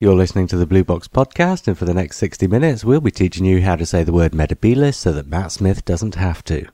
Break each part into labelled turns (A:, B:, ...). A: You're listening to the Blue Box Podcast, and for the next 60 minutes, we'll be teaching you how to say the word metabilis so that Matt Smith doesn't have to.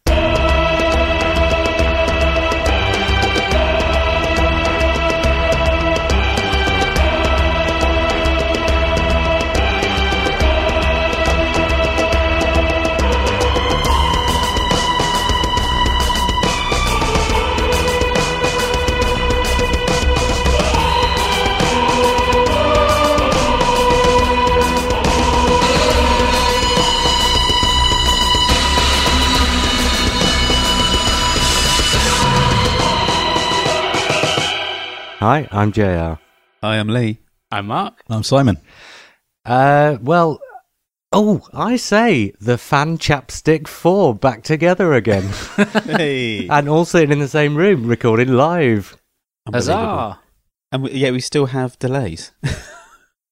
A: Hi, I'm JR.
B: I am Lee.
C: I'm Mark.
D: I'm Simon.
A: Uh, well, oh, I say the fan chapstick four back together again,
B: Hey.
A: and all sitting in the same room recording live.
C: Huzzah!
B: And we, yeah, we still have delays.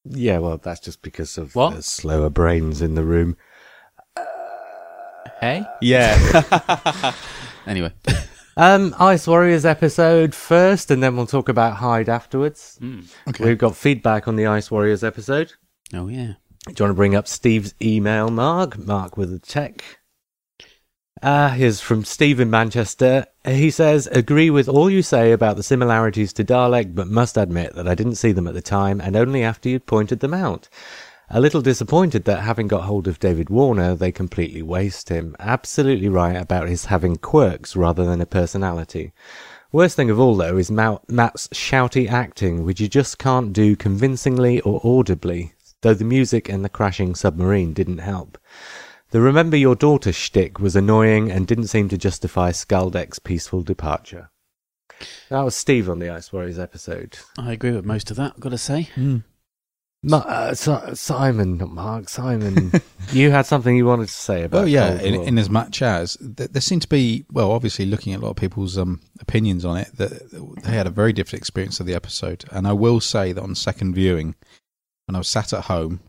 A: Yeah, well, that's just because of
C: What?
A: the slower brains in the room.
C: Hey?
B: Yeah. anyway.
A: Um, Ice Warriors episode first, and then we'll talk about Hyde afterwards. We've got feedback on the Ice Warriors episode.
B: Oh yeah.
A: Do you want to bring up Steve's email, Mark? Mark with a tech. Uh, here's from Steve in Manchester. He says, Agree with all you say about the similarities to Dalek, but must admit that I didn't see them at the time and only after you'd pointed them out. A little disappointed that having got hold of David Warner, they completely waste him. Absolutely right about his having quirks rather than a personality. Worst thing of all, though, is Mou- Matt's shouty acting, which you just can't do convincingly or audibly, though the music and the crashing submarine didn't help. The Remember Your Daughter shtick was annoying and didn't seem to justify Skaldek's peaceful departure. That was Steve on the Ice Warriors episode.
B: I agree with most of that, I've got to say.
D: Mm.
A: Ma- uh, Si- Simon, not Mark, Simon, you had something you wanted to say about
D: Oh yeah,
A: Cold
D: in,
A: War.
D: in as much as th- there seemed to be well, obviously looking at a lot of people's um, opinions on it, that they had a very different experience of the episode. And I will say that on second viewing, when I was sat at home,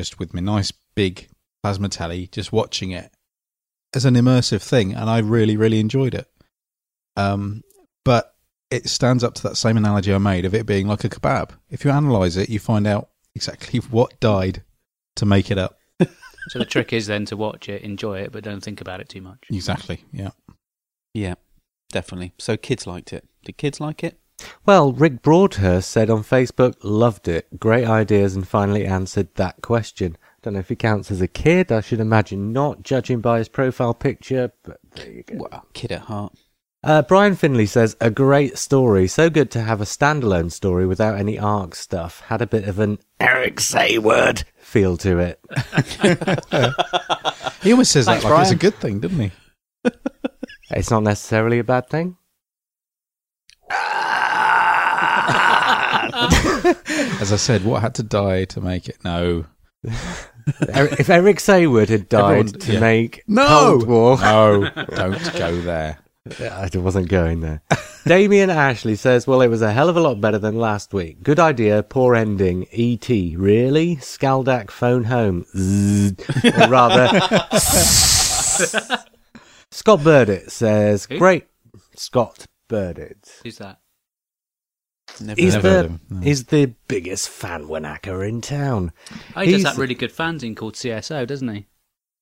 D: just with my nice big plasma telly, just watching it as an immersive thing, and I really, really enjoyed it. Um, but it stands up to that same analogy I made of it being like a kebab. If you analyze it, you find out exactly what died to make it up.
C: So the trick is then to watch it, enjoy it, but don't think about it too much.
D: Exactly. Yeah.
B: Yeah, definitely. So kids liked it. Did kids like it?
A: Well, Rick Broadhurst said on Facebook, loved it. Great ideas and finally answered that question. Don't know if he counts as a kid. I should imagine not, judging by his profile picture, but there you go.
B: Wow. Kid at heart.
A: Uh, Brian Finley says, a great story. So good to have a standalone story without any arc stuff. Had a bit of an Eric Sayward feel to it.
D: He always says
B: Thanks,
D: that like it's
B: Brian.
D: a good thing, doesn't he?
A: It's not necessarily a bad thing.
D: As I said, what had to die to make it? No.
A: Eric- if Eric Sayward had died
D: Everyone-
A: to
D: yeah.
A: make
D: No!
A: Cold War,
D: No, don't go there.
A: I wasn't going there. Damien Ashley says, Well, it was a hell of a lot better than last week. Good idea, poor ending. E.T. Really? Skaldak phone home. Zzz. Or rather, Scott Burdett says,
C: Who?
A: Great. Scott Burdett.
C: Who's that?
B: Never
A: He's
D: Never heard
A: the,
D: of him, no.
A: he's the biggest fan wanacker in town.
C: Oh, he
A: He's-
C: does that really good fanzine called CSO, doesn't he?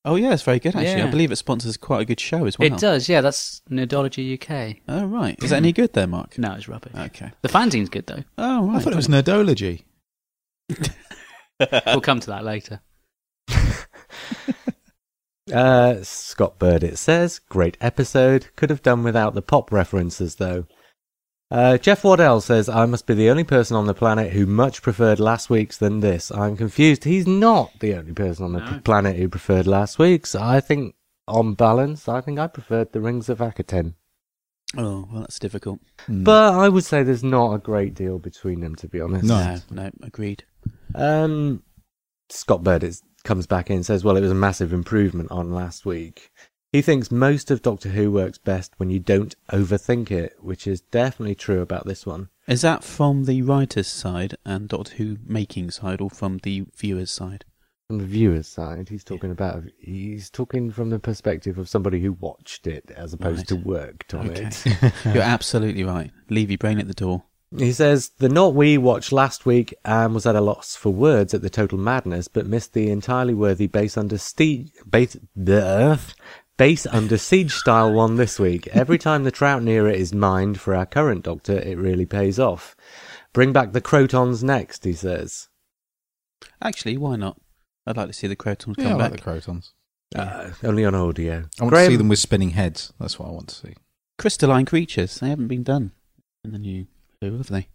B: Oh yeah, it's very good actually. I
C: Yeah.
B: believe it sponsors quite a good show as well.
C: It does, yeah. That's Nerdology UK.
B: Oh right. Is that any good there, Mark?
C: No, it's rubbish.
B: Okay.
C: The fanzine's good, though.
B: Oh right.
D: I thought it was nerdology.
C: We'll come to that later.
A: Uh, Scott Bird, it says. Great episode. Could have done without the pop references, though. Uh, Jeff Waddell says, I must be the only person on the planet who much preferred last week's than this. I'm confused. He's not the only person on the
C: No.
A: p- planet who preferred last week's. I think, on balance, I think I preferred the Rings of Akaten.
B: Oh well, that's difficult.
D: Hmm.
A: But I would say there's not a great deal between them, to be honest.
D: No.
B: No, no, agreed.
A: Um, Scott Bird is, comes back in and says, Well, it was a massive improvement on last week. He thinks most of Doctor Who works best when you don't overthink it, which is definitely true about this one.
B: Is that from the writer's side and Doctor Who making side, or from the viewer's side?
A: From the viewer's side, he's talking about, he's talking from the perspective of somebody who watched it as opposed
B: Right.
A: to worked on
B: Okay.
A: it.
B: You're absolutely right. Leave your brain at the door.
A: He says the Not We watched last week and was at a loss for words at the total madness, but missed the entirely worthy base under siege base the base under siege style one this week. Every time the Troutnera is mined for our current Doctor, it really pays off. Bring back the Crotons next, he says.
B: Actually, why not? I'd like to see the Crotons
D: Yeah,
B: come
D: I
B: back.
D: like the Crotons.
A: Uh, only on audio.
D: I want
A: Graham-
D: to see them with spinning heads. That's what I want to see.
B: Crystalline creatures. They haven't been done in the new Who have they?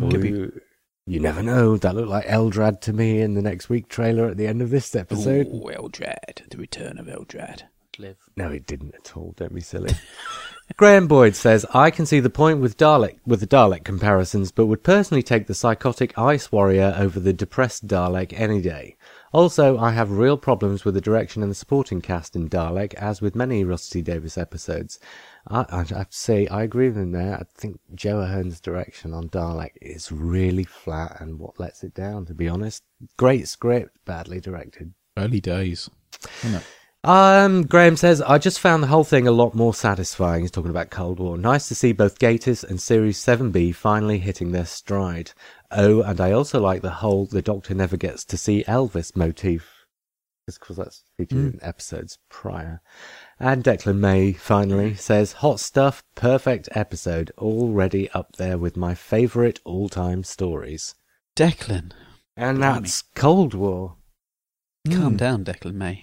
B: Could be-
A: Ooh, You never know. That looked like Eldrad to me in the next week trailer at the end of this episode.
B: Ooh, Eldrad. The return of Eldrad.
C: Live.
A: No, it didn't at all. Don't be silly. Graham Boyd says, I can see the point with Dalek with the Dalek comparisons, but would personally take the psychotic ice warrior over the depressed Dalek any day. Also, I have real problems with the direction and the supporting cast in Dalek, as with many Rusty Davis episodes. I, I have to say, I agree with him there. I think Joe Ahern's direction on Dalek is really flat and what lets it down, to be honest. Great script, badly directed.
D: Early days. Isn't it?
A: Um, Graham says, I just found the whole thing a lot more satisfying. He's talking about Cold War. Nice to see both Gatus and Series 7B finally hitting their stride. Oh, and I also like the whole the Doctor never gets to see Elvis motif. Because that's featured in episodes prior. And Declan May finally says, Hot stuff, perfect episode, already up there with my favourite all time stories.
B: Declan.
A: And
B: Blimey.
A: that's Cold War.
B: Calm
D: Mm.
B: down, Declan May.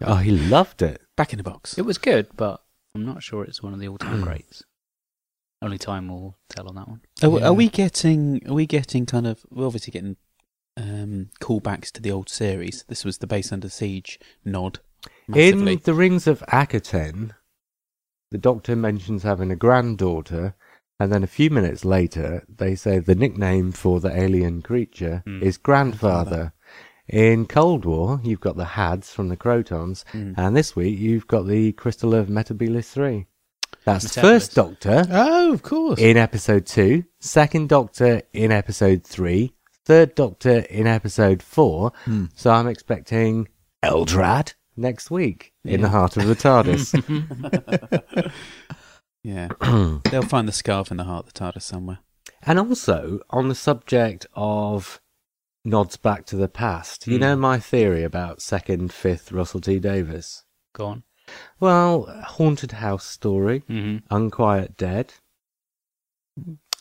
A: Oh, he loved it.
B: back in the box.
C: It was good, but I'm not sure it's one of the all-time greats. Only time will tell on that one.
B: Are, we-
D: Yeah.
B: are we getting? Are we getting kind of? We're obviously getting um, callbacks to the old series. This was the base under siege nod. Massively.
A: In The Rings of Akaten, the Doctor mentions having a granddaughter, and then a few minutes later, they say the nickname for the alien creature
C: Hmm.
A: is grandfather. In Cold War, you've got the Hads from the Crotons,
B: Mm.
A: and this week you've got the Crystal of Metabilis 3. That's the
C: Metabilis.
A: first Doctor
D: Oh, of course.
A: in Episode 2, second Doctor in Episode 3, third Doctor in Episode 4,
D: Hmm.
A: so I'm expecting Eldrad next week in the
B: Yeah.
A: heart of the TARDIS.
B: yeah,
A: and
B: they'll find the scarf in the heart of the TARDIS somewhere.
A: also on the subject of nods back to the past, you
C: Hmm.
A: know my theory about second, fifth Russell T Davis.
C: Go on.
A: Well, haunted house story,
C: hmm
A: unquiet dead.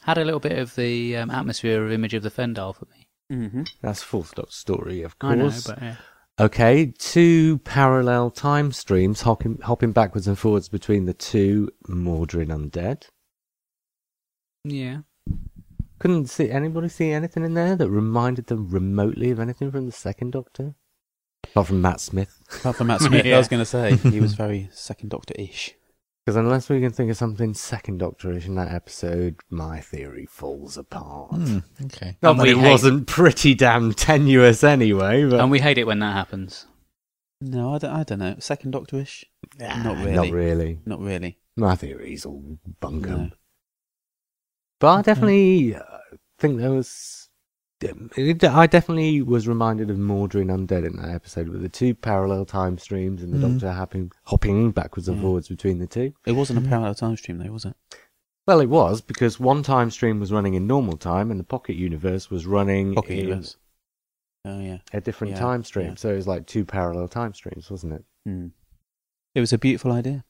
C: Had a little bit of the um, atmosphere of Image of the Fendal for me.
B: Mm-hmm.
A: That's full stop story, of
C: I know,
A: course.
C: but yeah.
A: Okay, two parallel time streams hopping, hopping backwards and forwards between the two Mordrin undead.
C: yeah.
A: Couldn't see anybody see anything in there that reminded them remotely of anything from the second Doctor, apart from Matt Smith.
B: Apart from Matt Smith, I
C: Yeah.
B: was going to say he was very Second Doctor ish.
A: Because unless we can think of something second Doctorish in that episode, my theory falls apart.
D: Hmm, okay.
A: Not
C: And
A: that
C: we
A: it
C: hate-
A: wasn't pretty damn tenuous anyway, but
C: And we hate it when that happens.
B: No, I don't, I don't know. Second Doctor ish?
A: Nah,
B: not really.
A: Not really.
B: Not really.
A: My theory's all bunkum.
B: No.
A: But I
B: Okay.
A: definitely uh, think there was. I definitely was reminded of Mordrin Undead in that episode with the two parallel time streams and the
D: Mhm.
A: Doctor hopping, hopping backwards and
B: Mm-hmm. Yeah.
A: forwards between the two.
B: It wasn't a
D: Mm.
B: parallel time stream though, was it?
A: Well, it was because one time stream was running in normal time and the Pocket Universe was running
B: Pocket
A: in
B: Universe. Oh yeah.
A: a different
B: Yeah,
A: time stream.
B: yeah.
A: So it was like two parallel time streams, wasn't it?
B: Hmm. It was a beautiful idea.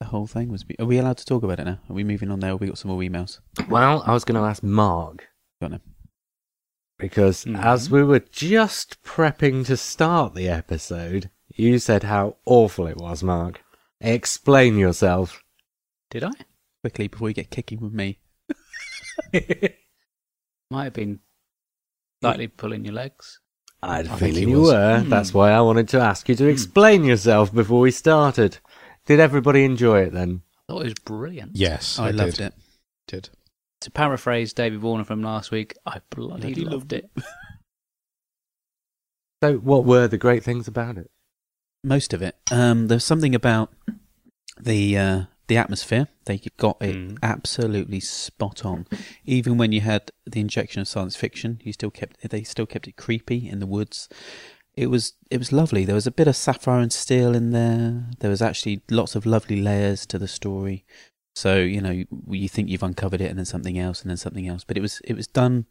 B: The whole thing was. Be- Are we allowed to talk about it now? Are we moving on there? Have we got some more emails?
A: Well, I was going to ask Mark
B: Got no.
A: because
C: Mhm.
A: as we were just prepping to start the episode, you said how awful it was, Mark. Explain yourself.
C: Did I?
B: Quickly before you get kicking with me.
C: Might have been slightly pulling your legs.
A: I had a
D: I think
A: feeling
D: he
A: you
D: was.
A: were.
C: Hmm.
A: That's why I wanted to ask you to explain yourself before we started. Did everybody enjoy it then?
C: I thought it was brilliant.
D: Yes,
B: I, loved it.
D: Did.
C: To paraphrase David Warner from last week, I bloody
B: Bloody
C: loved it.
A: So, what were the great things about it?
B: Most of it. Um, there's something about the uh, the atmosphere. They got it
C: Mm.
B: absolutely spot on. Even when you had the injection of science fiction, you still kept they still kept it creepy in the woods. It was it was lovely. There was a bit of sapphire and steel in there. There was actually lots of lovely layers to the story. So you know you, you think you've uncovered it, and then something else, and then something else. But it was it was done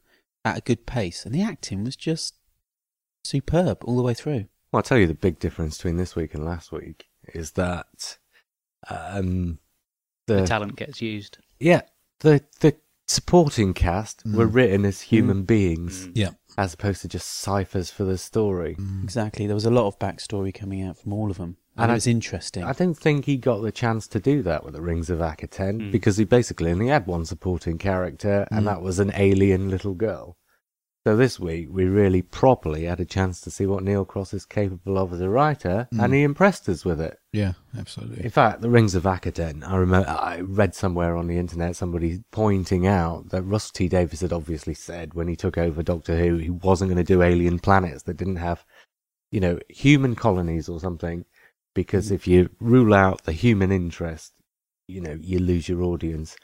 B: at a good pace, and the acting was just superb all the way through.
A: Well, I'll tell you the big difference between this week and last week is that um,
C: The
A: the
C: talent gets used.
A: yeah the the supporting cast were
D: Mm.
A: written as human beings
C: Mm.
D: Yeah.
A: as opposed to just ciphers for the story.
D: Hmm.
B: Exactly. There was a lot of backstory coming out from all of them, and,
A: And
B: it
A: I-
B: was interesting.
A: I don't think he got the chance to do that with the Rings of Akka 10
C: Mm.
A: because he basically only had one supporting character and
D: Mm.
A: that was an alien little girl. So this week we really properly had a chance to see what Neil Cross is capable of as a writer and
D: Mm.
A: he impressed us with it.
D: Yeah,
A: In
D: absolutely.
A: fact, the Rings of Akkadent, I remember I read somewhere on the internet somebody pointing out that Russell T Davis had obviously said when he took over Doctor Who he wasn't going to do alien planets that didn't have, you know, human colonies or something, because if you rule out the human interest, you know, you lose your audience.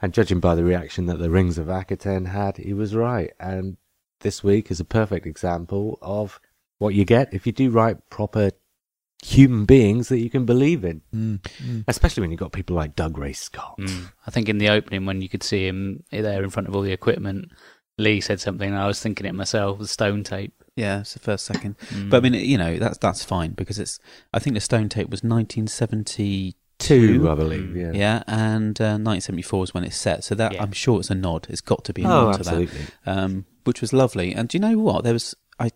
A: And judging by the reaction that the Rings of Akaten had, he was right. And this week is a perfect example of what you get if you do write proper human beings that you can believe in
D: Mm. Mm.
A: especially when you've got people like Doug Ray Scott.
C: Mm. I think in the opening when you could see him there in front of all the equipment, Lee said something. And I was thinking it myself. The stone tape.
B: yeah, it's the first second. But I mean, you know, that's that's fine because it's. I think the Stone Tape was 1972.
A: Two, I believe. Yeah.
B: Mm. yeah. and uh, 1974 is when it's set. So that
C: Yeah.
B: I'm sure it's a nod. It's got to be a
A: Oh,
B: nod to that.
A: absolutely.
B: um, which was lovely. And do you know what? There was I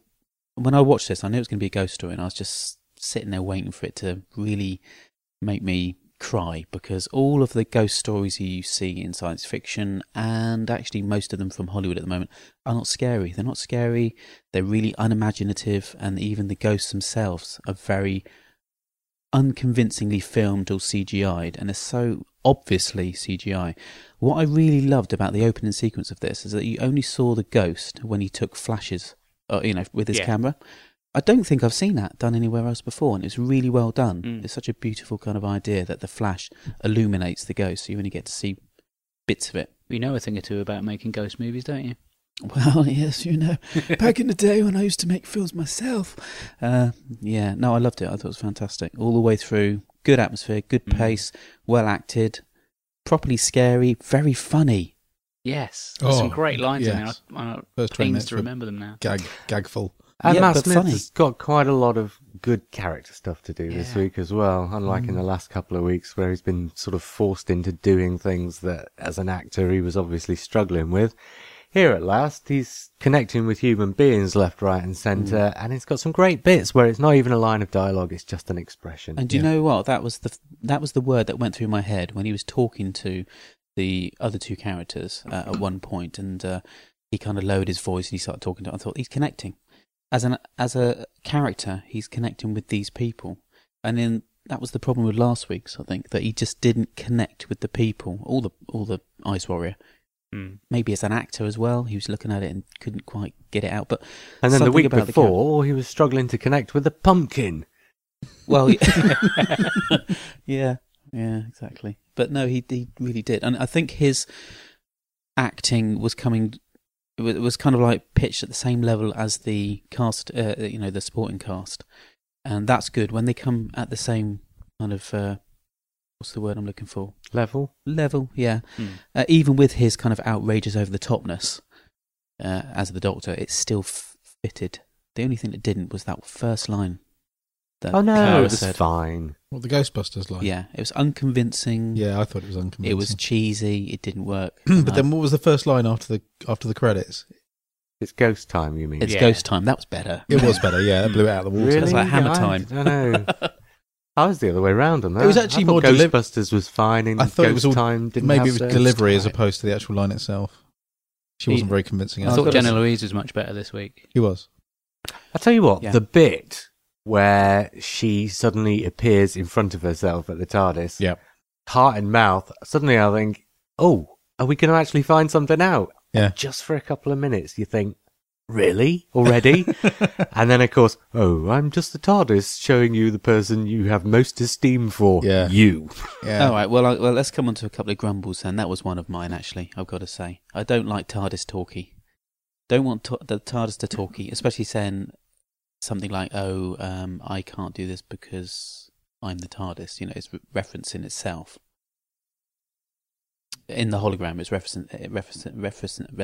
B: when I watched this, I knew it was going to be a ghost story, and I was just sitting there waiting for it to really make me cry because all of the ghost stories you see in science fiction and actually most of them from Hollywood at the moment are not scary. They're not scary. They're really unimaginative, and even the ghosts themselves are very unconvincingly filmed or CGI'd, and they're so obviously CGI. What I really loved about the opening sequence of this is that you only saw the ghost when he took flashes, uh, you know, with his
C: Yeah.
B: camera. I don't think I've seen that done anywhere else before, and it's really well done.
C: Mm.
B: It's such a beautiful kind of idea that the flash illuminates the ghost, so you only get to see bits of it.
C: you know a thing or two about making ghost movies, don't you?
B: Well, yes, you know, back in the day when I used to make films myself. Uh, yeah, no, I loved it. I thought it was fantastic all the way through. Good atmosphere, good
C: Mm.
B: pace, well acted, properly scary, very funny.
C: Yes. There's some
D: Oh,
C: great lines
D: yes.
C: in there. I, I
D: First 20
C: pains
D: minutes
C: to
D: were
C: remember them now.
D: gag gagful.
A: And
B: Yeah,
A: Matt
B: but
A: Smith
B: funny.
A: has got quite a lot of good character stuff to do this
C: Yeah.
A: week as well, unlike
B: Mm.
A: in the last couple of weeks where he's been sort of forced into doing things that, as an actor, he was obviously struggling with. Here at last, he's connecting with human beings left, right, and
B: Mm.
A: centre, and it's got some great bits where it's not even a line of dialogue, it's just an expression.
B: And do you
D: Yeah.
B: know what? That was the that was the word that went through my head when he was talking to the other two characters uh, at one point, and uh, he kind of lowered his voice and he started talking to. I thought he's connecting as an as a character. He's connecting with these people, and then that was the problem with last week's. I think that he just didn't connect with the people. All the all the Ice Warrior.
C: Mm.
B: Maybe as an actor as well, he was looking at it and couldn't quite get it out. But
A: And then the
B: something
A: week
B: about the
A: before, he was struggling to connect with a pumpkin.
B: Well, yeah, yeah, exactly. But no, he he really did, and I think his acting was coming it wa- it was kind of like pitched at the same level as the cast, uh, you know, the supporting cast, and that's good when they come at the same kind of uh, what's the word I'm looking for
A: Level?
B: level, yeah.
C: Mm.
B: Uh, even with his kind of outrageous over the topness uh, as the Doctor, it still f- fitted. The only thing that didn't was that first line. That
A: Oh no,
B: Clara
A: it was
B: said.
A: fine.
D: What the Ghostbusters like?
B: Yeah, it was unconvincing.
D: Yeah, I thought it was unconvincing.
B: It was cheesy. It didn't work.
D: but
B: Um,
D: then what was the first line after the after the credits?
A: It's ghost time, you mean?
B: it's
C: Yeah.
B: ghost time. That was better.
D: It was better. Yeah, that blew it out of the water.
A: Really?
B: It's like Hammer
A: I-
B: Time.
A: I know. I was the other way round on that.
D: It was actually
A: I thought
D: more deli-
A: Ghostbusters was fine. In
D: I thought it
A: Ghost
D: was all-
A: Time didn't
D: Maybe
A: have
D: it was
A: those.
D: delivery as
A: Right.
D: opposed to the actual line itself. She
B: Yeah.
D: wasn't very convincing.
C: I
B: I've
C: thought
B: got
C: Jenna
B: a-
C: Louise was much better this week.
D: He was.
A: I tell you what,
B: Yeah.
A: the bit where she suddenly appears in front of herself at the TARDIS,
D: Yeah.
A: heart and mouth. Suddenly, I think, oh, are we going to actually find something out?
D: Yeah.
A: Just for a couple of minutes, you think, really already? and then, of course, oh, I'm just the TARDIS showing you the person you have most esteem for.
D: Yeah.
A: You.
D: Yeah.
B: All right. Well, Oh, I, well, let's come on to a couple of grumbles then. That was one of mine, actually. I've got to say, I don't like TARDIS talkie. Don't want ta- the TARDIS to talkie, especially saying something like, "Oh, um, I can't do this because I'm the TARDIS." You know, it's re- referencing itself. in the hologram, it's referencing referencing referencing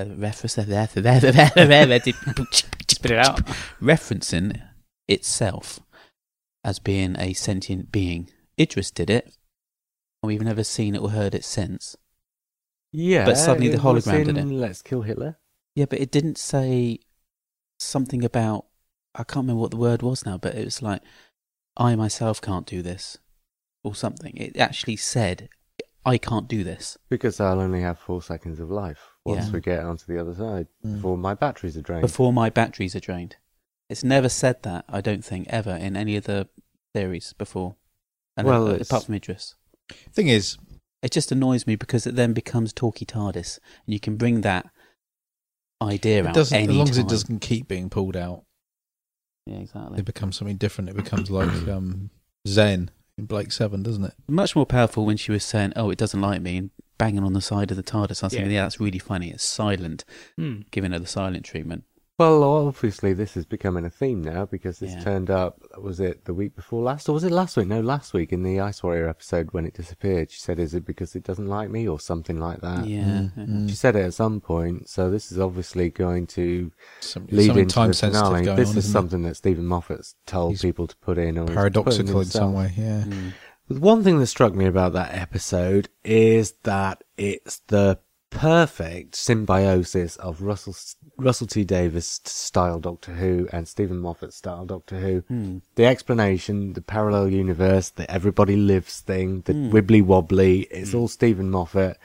B: referencing
C: Spit it out.
B: referencing itself as being a sentient being. Idris did it, and we've never seen it or heard it since.
A: Yeah,
B: But suddenly the
A: it was
B: hologram did
A: in Let's kill Hitler.
B: Yeah, but it didn't say something about. I can't remember what the word was now, but it was like, I myself can't do this, or something. It actually said, I can't do this.
A: Because I'll only have four seconds of life once
B: Yeah.
A: we get onto the other side before my batteries are drained.
B: before my batteries are drained. It's never said that, I don't think, ever in any of the theories before. And
A: Well,
B: uh,
A: it's-
B: apart from Idris.
D: Thing is,
B: It just annoys me because it then becomes talkie TARDIS, and you can bring that idea
D: it
B: out
D: doesn't, as
B: any
D: long as it
B: time.
D: doesn't keep being pulled out,
B: Yeah, exactly.
D: it becomes something different. It becomes like um, Zen in Blake Seven, doesn't it?
B: Much more powerful when she was saying, "Oh, it doesn't like me," and banging on the side of the TARDIS. I was thinking,
C: Yeah.
B: "Yeah, that's really funny. It's silent,
C: Hmm.
B: giving her the silent treatment."
A: Well, obviously, this is becoming a theme now because it's
B: Yeah.
A: turned up. Was it the week before last, or was it last week? No, last week in the Ice Warrior episode when it disappeared, she said, "Is it because it doesn't like me, or something like that?"
B: yeah, uh,
D: Mm, mm.
A: She said it at some point, so this is obviously going to
D: Some,
A: lead
D: something
A: into
D: time
A: the
D: sensitive
A: finale.
D: going
A: this
D: on,
A: is
D: isn't
A: something that Stephen Moffat's told
D: He's
A: people to put in, or
D: it?
A: he's put in
D: paradoxical in
A: himself.
D: some way. Yeah,
B: Mm.
A: The One thing that struck me about that episode is that it's the perfect symbiosis of Russell Russell T Davis style Doctor Who and Stephen Moffat style Doctor Who.
B: Mm.
A: The explanation, the parallel universe, the everybody lives thing, the
B: Hmm.
A: wibbly wobbly, it's all Stephen Moffat.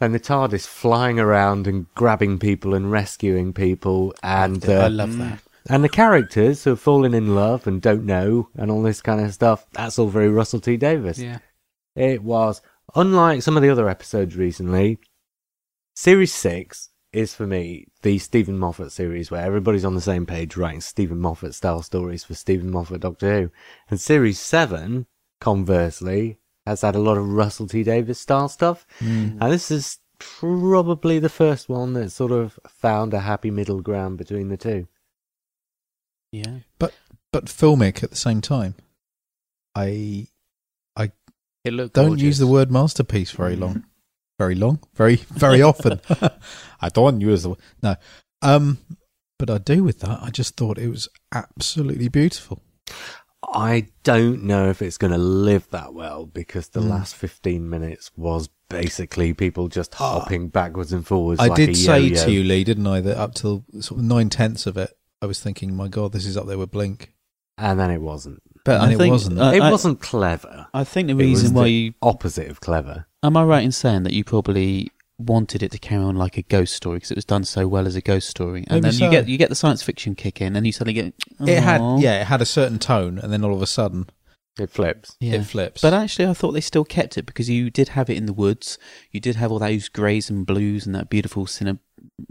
A: And the TARDIS flying around and grabbing people and rescuing people and uh,
B: I love that.
A: and the characters who have fallen in love and don't know and all this kind of stuff, that's all very Russell T Davis.
C: Yeah.
A: It was, unlike some of the other episodes recently, Series 6 is for me the Stephen Moffat series where everybody's on the same page writing Stephen Moffat style stories for Stephen Moffat Doctor Who. And Series 7, conversely, has had a lot of Russell T Davis style stuff. And this is probably the first one that sort of found a happy middle ground between the two.
B: Yeah,
D: but filmic at the same time. I
C: It looked
D: don't
C: gorgeous.
D: use the word masterpiece very long, very long, very very often. I don't use the word no, um, but I do with that. I just thought it was absolutely beautiful.
A: I don't know if it's going to live that well because the
B: Hmm.
D: Mm.
A: last 15 minutes was basically people just
B: Ah.
A: hopping backwards and forwards.
D: I
A: like a
D: did say
A: yo-yo.
D: to you, Lee, didn't I, that up till sort of nine tenths of it, I was thinking, my God, this is up there with Blink.
A: And then it wasn't.
D: But
B: I
D: and it
B: think-
D: wasn't.
B: uh,
A: it
B: I-
A: wasn't clever.
B: I think the
A: It was
B: reason why
A: the
B: you
A: Opposite of clever.
B: Am I right in saying that you probably wanted it to carry on like a ghost story because it was done so well as a ghost story, and
D: Maybe
B: then
D: so.
B: you get you get the science fiction kick in, and you suddenly get "Oh."
D: it had,
B: "Aw."
D: yeah, it had a certain tone, and then all of a sudden
A: It flips.
B: Yeah.
D: it flips.
B: But actually, I thought they still kept it because you did have it in the woods, you did have all those greys and blues and that beautiful cinema,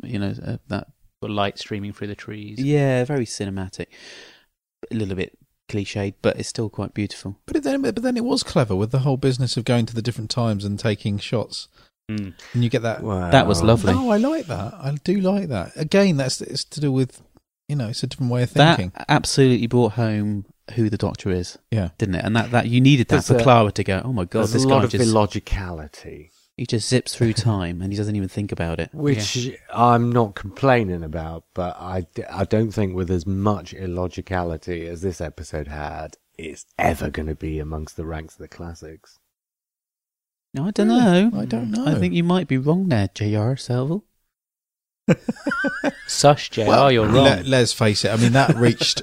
B: you know uh, that
C: Got light streaming through the trees.
B: yeah, very cinematic, a little bit cliched, but it's still quite beautiful.
D: but then, but then it was clever with the whole business of going to the different times and taking shots,
C: Mm.
D: and you get that.
A: Wow.
B: That was lovely.
D: Oh, I like that. I do like that. Again, that's it's to do with, you know, it's a different way of thinking.
B: That absolutely brought home who the Doctor is,
D: yeah,
B: didn't it? And that, that you needed that
A: There's
B: for
A: a-
B: Clara to go, oh my god,
A: There's
B: this
A: a lot
B: guy
A: of
B: just
A: illogicality,
B: He just zips through time and he doesn't even think about it.
A: which I'm not complaining about, but I, d- I don't think with as much illogicality as this episode had, it's ever going to be amongst the ranks of the classics.
B: No, I don't
D: Really?
B: know.
D: I don't know.
B: I think you might be wrong there, J.R. Selville.
C: Sush, JR, oh, you're wrong.
D: Let, us face it. I mean, that reached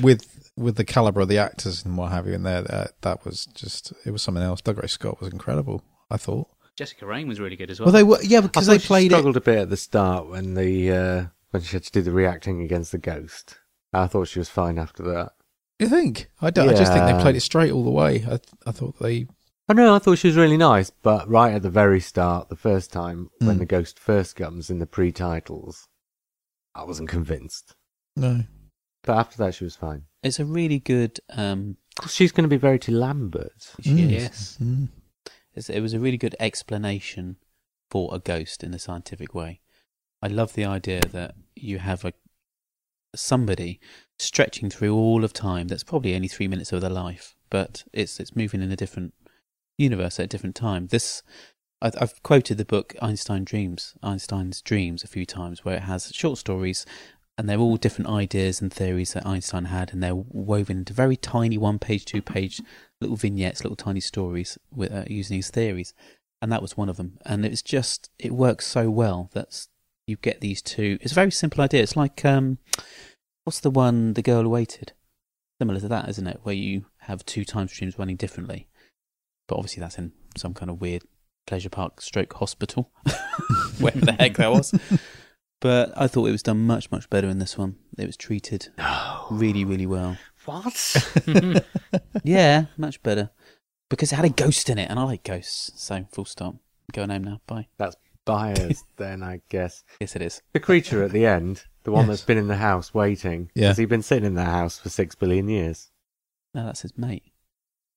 D: with with the caliber of the actors and what have you in there. That, that was just it was something else. Doug Ray Scott was incredible. I thought.
C: Jessica Rain was really good as well.
D: Well, they were yeah
A: I
D: because
A: thought
D: they
A: she
D: played it.
A: struggled a bit at the start when the uh, when she had to do the reacting against the ghost. I thought she was fine after that.
D: You think? I don't. I just think they
A: Yeah.
D: played it straight all the way. I I thought they
A: Oh no, I thought she was really nice, but right at the very start, the first time when
D: Hmm.
A: the ghost first comes in the pre-titles, I wasn't convinced.
D: no.
A: But after that, she was fine.
B: It's a really good. Um,
A: 'Cause she's going to be very to Lambert.
D: Mm.
C: Yes.
D: Mm.
B: it's- it was a really good explanation for a ghost in a scientific way. I love the idea that you have a somebody stretching through all of time. That's probably only three minutes of their life, but it's it's moving in a different universe at a different time. This I've, I've quoted the book Einstein Dreams, Einstein's Dreams, a few times, where it has short stories, and they're all different ideas and theories that Einstein had, and they're woven into very tiny one-page, two-page little vignettes, little tiny stories with, uh, using his theories, and that was one of them. And it's just it works so well that you get these two. It's a very simple idea. It's like um, what's the one the girl waited? Similar to that, isn't it? Where you have two time streams running differently, but obviously that's in some kind of weird pleasure park stroke hospital, wherever the heck that was. But I thought it was done much much better in this one. It was treated really really well.
A: What?
B: Yeah, much better. Because it had a ghost in it, and I like ghosts. So, full stop. Going home now. Bye.
A: That's biased then, I guess.
B: Yes, it is.
A: The creature at the end, the one
D: Yes.
A: that's been in the house waiting,
D: Yeah.
A: has he been sitting in that house for six billion years?
B: No, that's his mate.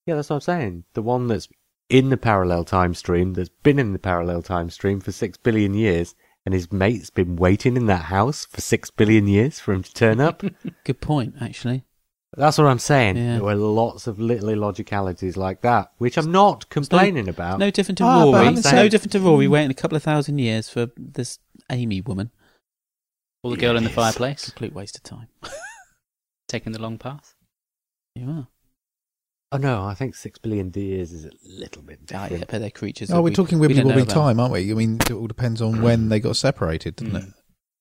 A: Yeah, that's what I'm saying. The one that's in the parallel time stream, that's been in the parallel time stream for six billion years, and his mate's been waiting in that house for six billion years for him to
D: Mm.
A: turn up.
B: Good point, actually.
A: that's what I'm saying.
B: Yeah.
A: There were lots of little illogicalities like that, which I'm not complaining about.
B: No different to
D: Ah, but
B: Rory.
A: I'm
B: It's
A: saying-
B: no different to Rory waiting a couple of thousand years for this Amy woman.
C: Or the girl in the
A: Yes.
C: fireplace
B: Complete waste of time.
C: taking the long path.
B: You are.
A: Oh no, I think six billion years is a little bit
B: Ah,
A: different.
B: yeah, but they're creatures.
D: Oh,
B: that
D: we're
B: we-
D: talking
B: we
D: wibbly
B: don't know
D: wobbly
B: about.
D: time, aren't we? I mean, it all depends on when they got separated, doesn't
C: Mm.
D: it?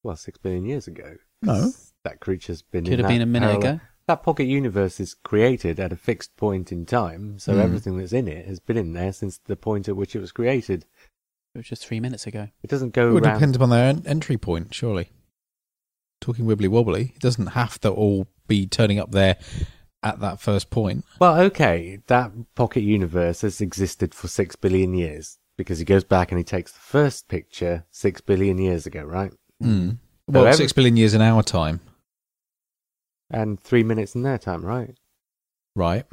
A: Well, six billion years ago.
D: No.
A: That creature's been in
B: Could have
A: that
B: been a minute
A: parallel-
B: ago.
A: That pocket universe is created at a fixed point in time, so
D: Hmm.
A: everything that's in it has been in there since the point at which it was created.
B: It was just three minutes ago.
A: It doesn't go
D: It would
A: around.
D: depend upon their en- entry point, surely. Talking wibbly wobbly, it doesn't have to all be turning up there at that first point.
A: Well, okay, that pocket universe has existed for six billion years because he goes back and he takes the first picture six billion years ago, right? Hmm.
D: Mm. Well,
A: every-
D: six billion years in our time,
A: And three minutes in their time, right?
D: right?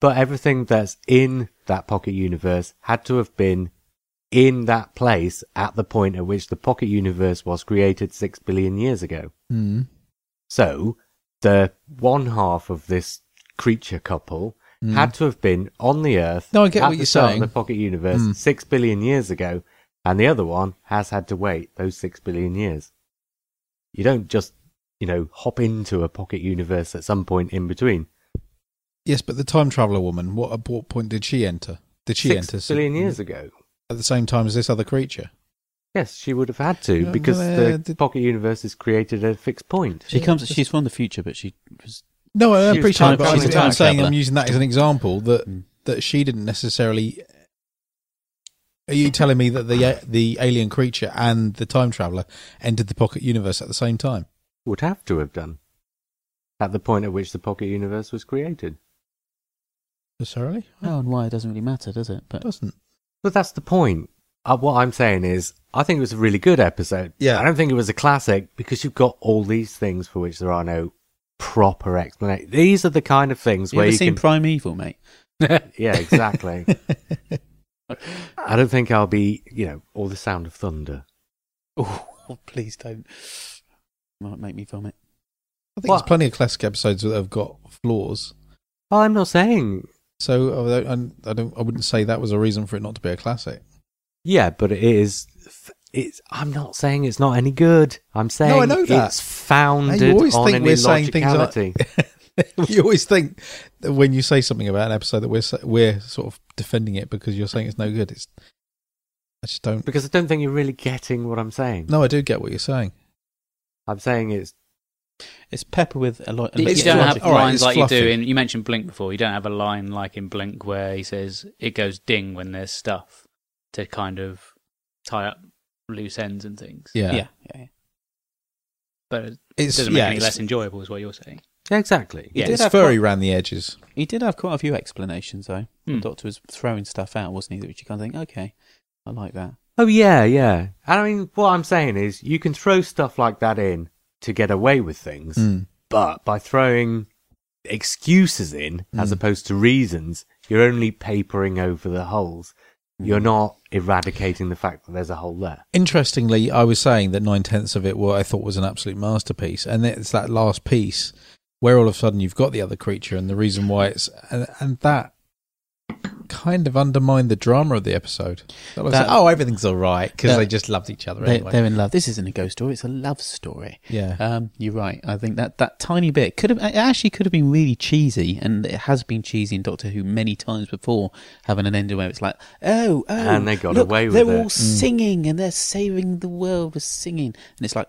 A: But everything that's in that pocket universe had to have been in that place at the point at which the pocket universe was created six billion years ago.
D: Mm.
A: So the one half of this creature couple
D: Mm.
A: had to have been on the Earth.
D: No, I get
A: at
D: what
A: the
D: you're
A: start
D: saying.
A: Of the pocket universe
D: Mm.
A: six billion years ago, and the other one has had to wait those six billion years. You don't just, you know, hop into a pocket universe at some point in between.
D: Yes, but the time traveller woman, what, at what point did she enter? Did she
A: Six
D: enter s-
A: billion years ago.
D: at the same time as this other creature?
A: Yes, she would have had to
D: Uh,
A: because
D: uh,
A: the
D: did-
A: pocket universe is created at a fixed point.
B: She
D: Yeah,
B: comes.
D: just-
B: She's from the future, but she was.
D: No, I
A: She was
D: appreciate
A: time-
D: it, but I'm,
A: she was a
D: I'm
A: time
D: saying I'm
B: traveller.
D: using that as an example that
B: Mm.
D: that she didn't necessarily. Are you telling me that the the alien creature and the time traveler entered the pocket universe at the same time?
A: Would have to have done at the point at which the pocket universe was created.
D: Necessarily,
B: Oh, and why it doesn't really matter, does it?
D: it
B: But
D: doesn't.
A: But that's the point. Uh, what I'm saying is, I think it was a really good episode.
D: Yeah.
A: I don't think it was a classic because you've got all these things for which there are no proper explanations. These are the kind of things
B: you
A: where
B: ever
A: you
B: seen
A: can.
B: Primeval, mate?
A: yeah, exactly. I don't think I'll be, you know, all the sound of thunder.
B: Oh, please don't. Might make me vomit.
D: I think
A: Well-
D: there's plenty of classic episodes that have got flaws.
A: Oh, I'm not saying.
D: So I don't, I don't. I wouldn't say that was a reason for it not to be a classic.
A: Yeah, but it is. It's. I'm not saying it's not any good. I'm saying
D: I know that.
A: it's founded
D: you always
A: on
D: think
A: an
D: we're saying things are-
A: illogicality.
D: you always think that when you say something about an episode that we're s- we're sort of defending it because you're saying it's no good. It's I just don't.
A: because I don't think you're really getting what I'm saying.
D: No, I do get what you're saying.
A: I'm saying it's
B: It's pepper with a lot.
D: But
C: But
D: It's
C: you don't
D: fluffy.
C: have
D: All right,
C: lines
D: it's
C: like you
D: fluffy.
C: do in. You mentioned Blink before. You don't have a line like in Blink where he says it goes ding when there's stuff to kind of tie up loose ends and things.
B: yeah,
D: Yeah,
B: yeah. yeah.
C: But it
D: It's
C: doesn't make
D: yeah,
C: it any
D: it's-
C: less enjoyable, is what you're saying.
A: Yeah, exactly.
C: Yeah.
D: It's
B: Did have
D: very round the edges.
B: He did have quite a few explanations, though.
C: Hmm.
B: The doctor was throwing stuff out, wasn't he? Which you kind of think, okay, I like that.
A: Oh yeah, yeah. And I mean, what I'm saying is, you can throw stuff like that in to get away with things, but by throwing excuses in as
D: Mm.
A: opposed to reasons, you're only papering over the holes. You're not eradicating the fact that there's a hole there.
D: Interestingly, I was saying that nine tenths of it, what I thought was an absolute masterpiece, and it's that last piece where all of a sudden you've got the other creature, and the reason why it's and, and that kind of undermined the drama of the episode. That was
B: That-
D: like, oh, everything's all right because
B: that-
D: they just loved each other
B: They're,
D: anyway. Uh,
B: they're in love. This isn't a ghost story; it's a love story.
D: yeah,
B: Um, you're right. I think that that tiny bit could have it actually could have been really cheesy, and it has been cheesy in Doctor Who many times before, having an ending where it's like, oh, oh,
A: And they got
B: look,
A: away with
B: they're
A: it. Mm.
B: all singing and they're saving the world with singing, and it's like.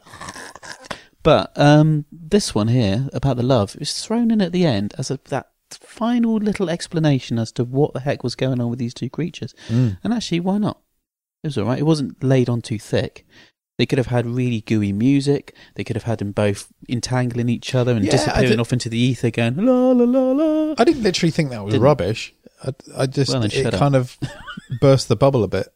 B: But um, this one here about the love is thrown in at the end as a, that final little explanation as to what the heck was going on with these two creatures.
D: Mm.
B: And actually, why not? It was all right. It wasn't laid on too thick. They could have had really gooey music. They could have had them both entangling each other and
D: Yeah, I
B: disappearing
D: did-
B: off into the ether, going la la la la.
D: I didn't literally think that was
B: Didn't-
D: rubbish. I, I just
B: Well, then
D: it
B: shut up.
D: kind of burst the bubble a bit.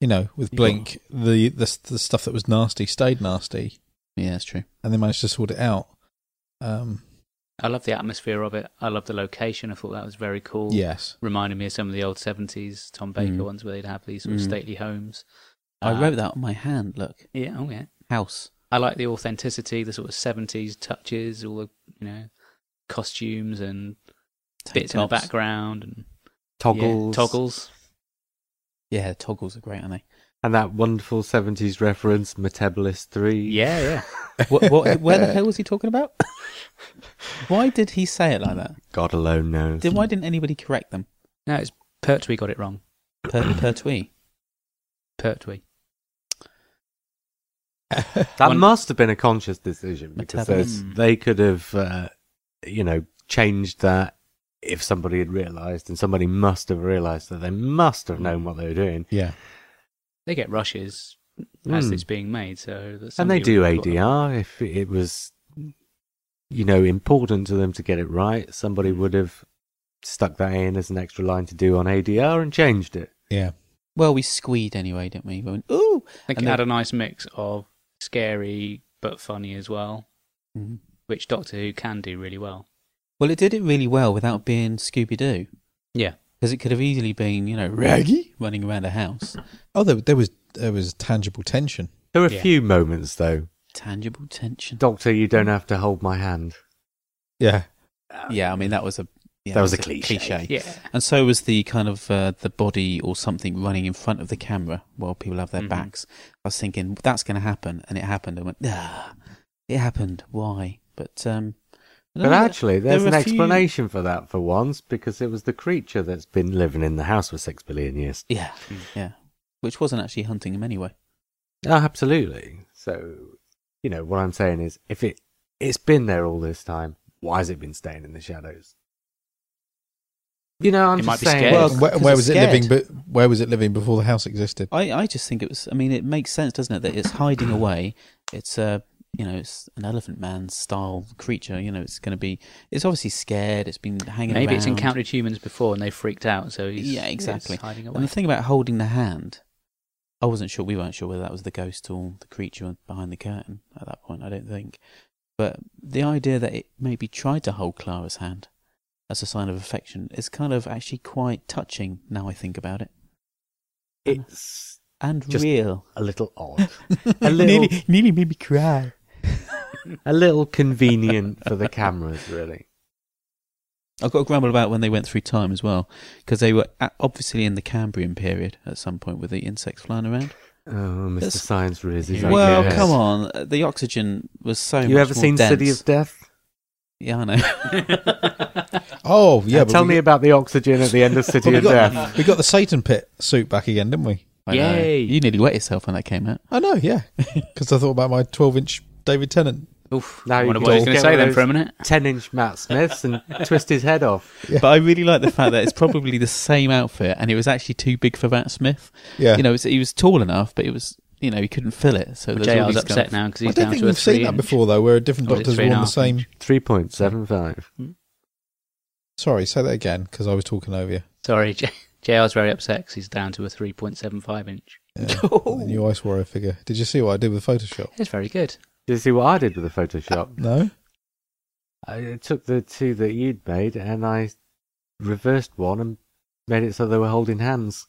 D: You know, with
B: You
D: Blink, the, the the stuff that was nasty stayed nasty,
B: Yeah, that's true.
D: and they managed to sort it out. Um,
C: I love the atmosphere of it. I love the location. I thought that was very cool.
D: yes,
C: Reminded me of some of the old 70s Tom Baker
A: Mm-hmm.
B: Mm.
C: ones where they'd have these sort of
B: Mm.
C: stately homes. Uh,
B: I wrote that on my hand. Look,
C: Yeah, oh yeah.
B: house.
C: I like the authenticity, the sort of 70s touches, all the, you know, costumes and
B: tank
C: bits in the
B: tops.
C: background and yeah,
A: Toggles.
C: toggles.
B: Yeah, toggles are great, aren't they?
A: And that wonderful 70s reference, Metabolist 3.
C: Yeah, yeah.
B: What, what, where the hell was he talking about? why did he say it like that?
A: God alone knows.
B: Then why didn't anybody correct them?
C: No, it's Pertwee got it wrong.
B: Per, per tweet.
C: Pertwee.
A: That
C: One-
A: must have been a conscious decision because there's,
C: Metabolist.
A: they could have, uh, you know, changed that if somebody had realised, and somebody must have realised that they must have known what they were doing.
D: yeah.
C: They get rushes as
A: Mm.
C: it's being made, so that's
A: And they
C: somebody
A: do
C: would've got-
A: ADR if it was, you know, important to them to get it right. Somebody
C: Mm.
A: would have stuck that in as an extra line to do on ADR and changed it.
D: Yeah.
B: Well, we squeed anyway, didn't we? We went, ooh.
C: They
B: And
C: can
B: they-
C: add a nice mix of scary but funny as well,
B: Mhm.
C: which Doctor Who can do really well.
B: Well, it did it really well without being Scooby Doo.
C: Yeah.
B: Because it could have easily been, you know, Raggy running around a house.
D: Oh, there, there was there was tangible tension.
A: There are a
C: Yeah.
A: few moments though.
B: Tangible tension.
A: Doctor, you
C: Mm.
A: don't have to hold my hand.
D: Yeah,
B: Yeah, I mean, that was a. Yeah,
A: That was
B: it
A: a cliche.
C: Yeah.
B: And so was the kind of uh, the body or something running in front of the camera while people have their
A: Mm-hmm.
C: Mhm.
B: backs. I was thinking that's going to happen, and it happened. I went, ah, it happened. Why? But um, I
A: But
B: don't know.
A: actually, there's
B: there
A: an
B: were a few-
A: explanation for that for once because it was the creature that's been living in the house for six billion years.
B: yeah,
C: Mm.
B: yeah, which wasn't actually hunting him anyway.
A: Oh, absolutely. So, you know, what I'm saying is, if it it's been there all this time, why has it been staying in the shadows? You know, I'm
C: It
A: just
C: might be
A: saying.
C: scared.
D: Well,
B: Well,
D: where,
B: 'cause
D: where
B: it's
D: was it
B: scared.
D: living? But where was it living before the house existed?
B: I, I just think it was. I mean, it makes sense, doesn't it? That it's hiding away. It's a you know, it's an elephant man style creature. You know, it's going to be. It's obviously scared. It's been hanging.
C: Maybe
B: around.
C: it's encountered humans before and they freaked out, so he's
B: Yeah, exactly.
C: he's hiding
B: And
C: away.
B: the thing about holding the hand, I wasn't sure. We weren't sure whether that was the ghost or the creature behind the curtain at that point. I don't think. But the idea that it maybe tried to hold Clara's hand as a sign of affection is kind of actually quite touching. Now I think about it,
A: It's
B: and
A: Just-
B: real.
A: a little odd, a little,
B: nearly, nearly made me cry.
A: a little convenient for the cameras, really.
B: I've got to grumble about when they went through time as well, because they were a- obviously in the Cambrian period at some point with the insects flying around.
A: Oh, Mr.
B: That's-
A: Science Riz is.
C: Very
B: well,
C: good.
B: come on, uh, the oxygen was so.
A: You
B: much
A: ever
B: more
A: seen
B: dense.
A: City of Death?
B: Yeah, I know.
D: Oh, yeah. but
A: Uh, Tell
D: we
A: me
D: got-
A: about the oxygen at the end of City
D: we
A: of
D: got-
A: Death.
D: we got the Satan Pit suit back again, didn't we?
B: I know.
C: Yay.
B: You nearly wet yourself when that came out.
D: I know, yeah. Because I thought about my 12 inch David Tennant.
C: Oof.
A: Now
C: I
A: you
C: wonder
A: can
C: what he's
A: just
C: going to
A: get
C: say
A: one of
C: then for a
A: those-
C: minute.
A: Ten-inch Matt Smiths and twist his head off.
D: Yeah.
B: But I really like the fact that it's probably the same outfit, and it was actually too big for Matt Smith.
D: Yeah.
B: You know, it's, he was tall enough, but it was you know he couldn't fill it. So
C: Well,
B: there's all
C: JR's
B: these kind
C: upset
B: of-
C: now because
D: I
C: he's
D: don't
C: down
D: think
C: to a
D: we've
C: three
D: seen that before, though, where a different
C: Oh, it's
D: doctor's
C: three and
D: worn
C: a
D: the
C: half
D: same.
A: Three point seven five.
D: Sorry, say that again, because I was talking over you.
C: Sorry, J- JR's very upset because he's down to a 3.75 inch.
D: Yeah. The new Ice Warrior figure. Did you see what I did with Photoshop?
C: It's very good.
A: Did you see what I did with the Photoshop?
D: No?
A: I took the two that you'd made and I reversed one and made it so they were holding hands.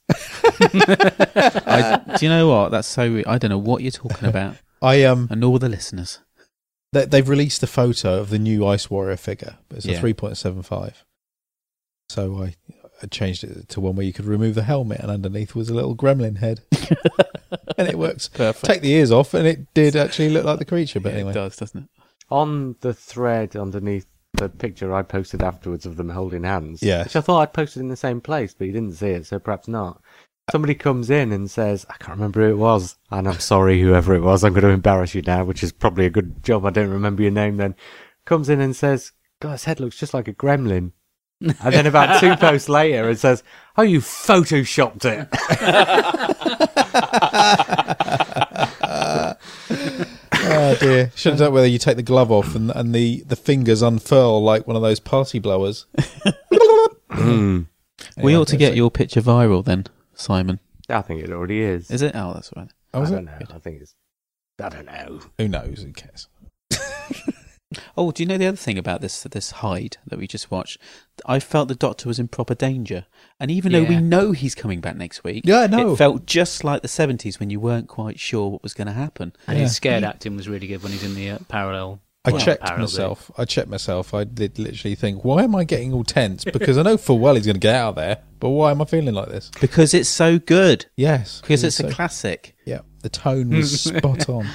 B: I, do you know what? That's so. Re- I don't know what you're talking about,
D: I um,
B: and all the listeners.
D: they, they've released a photo of the new Ice Warrior figure, but it's
B: Yeah.
D: a three point seven five. So I, I changed it to one where you could remove the helmet, and underneath was a little gremlin head, and it works.
B: Perfect.
D: Take the ears off, and it did actually look like the creature. But
B: Yeah,
D: anyway,
B: It does, doesn't it?
A: On the thread underneath the picture I posted afterwards of them holding hands,
D: Yeah.
A: which I thought I'd posted in the same place, but you didn't see it, so perhaps not. Somebody comes in and says, I can't remember who it was, and I'm sorry, whoever it was, I'm going to embarrass you now, which is probably a good job I don't remember your name then. Comes in and says, God, his head looks just like a gremlin. And then about two posts later, it says, Oh, you photoshopped it.
D: oh dear, should have done whether you take the glove off and and the the fingers unfurl like one of those party blowers. Hmm.
B: we
D: Anyway,
B: ought to
D: that's
B: get your picture viral then, Simon.
A: I think it already is.
B: Is it? Oh, that's all right.
D: it. Oh, is
A: I
D: it?
A: don't know. I think it's. I don't know.
D: Who knows? Who cares?
B: Oh, do you know the other thing about this this hide that we just watched? I felt the Doctor was in proper danger, and even though we
C: Yeah.
B: know he's coming back next week,
D: Yeah, I know.
B: it felt just like the seventies when you weren't quite sure what was going to happen.
C: And
D: Yeah.
C: his scared acting was really good when he's in the uh, parallel.
D: I
C: well,
D: checked
C: parallel
D: myself. I checked myself. I did literally think, why am I getting all tense? Because I know full well he's going to get out of there, but why am I feeling like this?
B: Because it's so good.
D: Yes,
B: Because it's
D: so-
B: a classic.
D: yeah. The tone was spot on.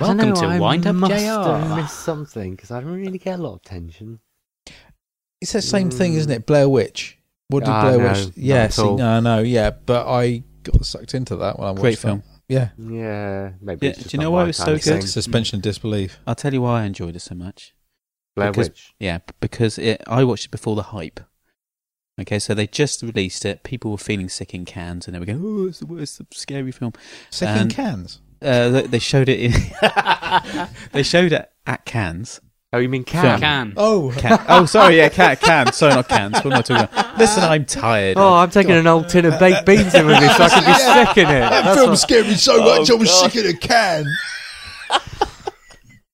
A: I don't
C: Welcome to
A: I
C: Wind Up
A: must
C: JR.
A: have missed something because I don't really get a lot of tension.
D: It's the same thing, isn't
B: Mm.
D: it? Blair Witch. What did
A: Ah,
D: Blair
A: no,
D: Witch?
A: not
D: Yeah,
A: at
D: see,
A: all.
D: no, no, yeah. But I got sucked into that when I watched
B: Great
D: that.
B: film.
D: Yeah,
A: Yeah, maybe.
B: Yeah,
A: it's just
B: do you
A: not
B: know why
A: my
B: it was
A: kind
B: so
A: of
B: good?
A: thing.
D: It's suspension of disbelief.
B: I'll tell you why I enjoyed it so much.
A: Blair
B: because-
A: Witch.
B: Yeah, b- because it, I watched it before the hype. Okay, so they just released it. People were feeling sick in cans, and they were going, "Oh, it's the worst scary film."
D: Second
B: And-
D: cans.
B: Uh, they- they showed it in. they showed it at Cannes.
A: Oh, you mean
C: Day.
A: Cam?
C: Can.
D: Oh,
B: Can- oh, sorry, yeah, can, can. Sorry, not Cannes. What am I talking about? Listen, I'm tired.
A: Oh, I'm taking an old tin of baked beans in with me so I can be sick in it.
D: that
A: That's
D: film
A: what-
D: scared me so much. I was sick in a can.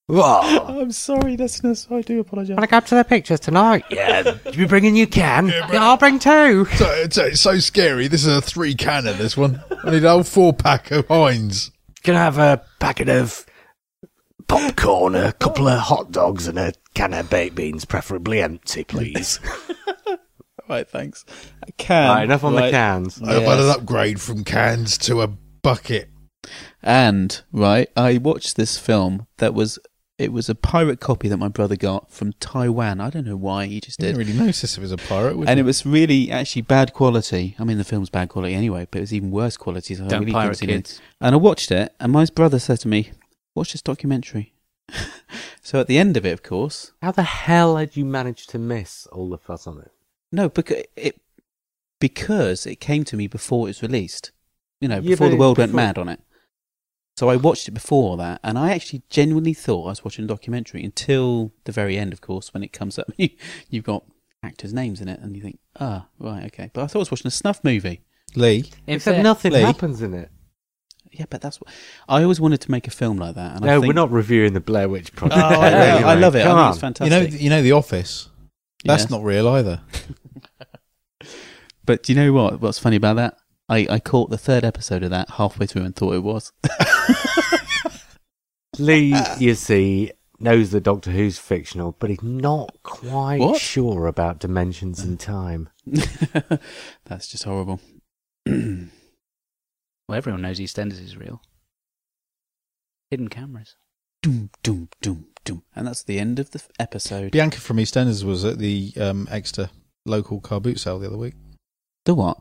A: Whoa.
B: I'm sorry, listeners. I do apologise.
A: Want to go up to the pictures tonight? Yeah. You bringing your can? Yeah, I'll bring two.
D: So, it's, it's so scary. This is a three canner. This one. I need a whole four pack of Heinz.
A: Can I have a packet of popcorn, a couple of hot dogs, and a can of baked beans, preferably empty, please? Um,
B: Right, thanks. A Can.
A: right, enough on the
B: right.
A: cans.
D: I've had an
B: Yes.
D: upgrade from cans to a bucket.
B: And right, I watched this film that was it was a pirate copy that my brother got from Taiwan. I don't know why he just did.
D: Didn't really notice it was a pirate. would
B: and
D: you?
B: it was really actually bad quality. I mean, the film's bad quality anyway, but it was even worse quality. So I
C: Don't
B: really couldn't
C: pirate
B: see it.
C: kids.
B: And I watched it, and my brother said to me, "Watch this documentary." so at the end of it, of course,
A: How the hell had you managed to miss all the fuss on it?
B: no, because it because it came to me before it was released. You know,
A: Yeah,
B: before
A: but
B: the world went
A: before-
B: mad on it. So I watched it before that, and I actually genuinely thought I was watching a documentary until the very end, of course, when it comes up. You've got actors' names in it, and you think, ah, right, okay. But I thought I was watching a snuff movie.
D: Lee.
C: In
A: Except
C: fact-
A: nothing
D: Lee.
A: happens in it.
B: Yeah, but that's what I always wanted to make a film like that. And I
A: No,
B: think,
A: we're not reviewing the Blair Witch
B: Oh,
A: project.
B: I, know, I love it. I
A: Come
B: think it's
A: on.
B: fantastic.
D: You know, you know the Office. That's
B: Yes.
D: not real either.
B: But do you know what? What's funny about that? I, I caught the third episode of that halfway through and thought it was.
A: Lee, you see, knows that Doctor Who's fictional, but he's not quite
B: What? Mm.
A: sure about dimensions and time.
B: that's just horrible.
C: Well, everyone knows EastEnders is real. Hidden cameras.
B: Doom, doom, doom, doom, and that's the end of the f- episode.
D: Bianca from EastEnders was at the um, Exeter local car boot sale the other week.
B: The what?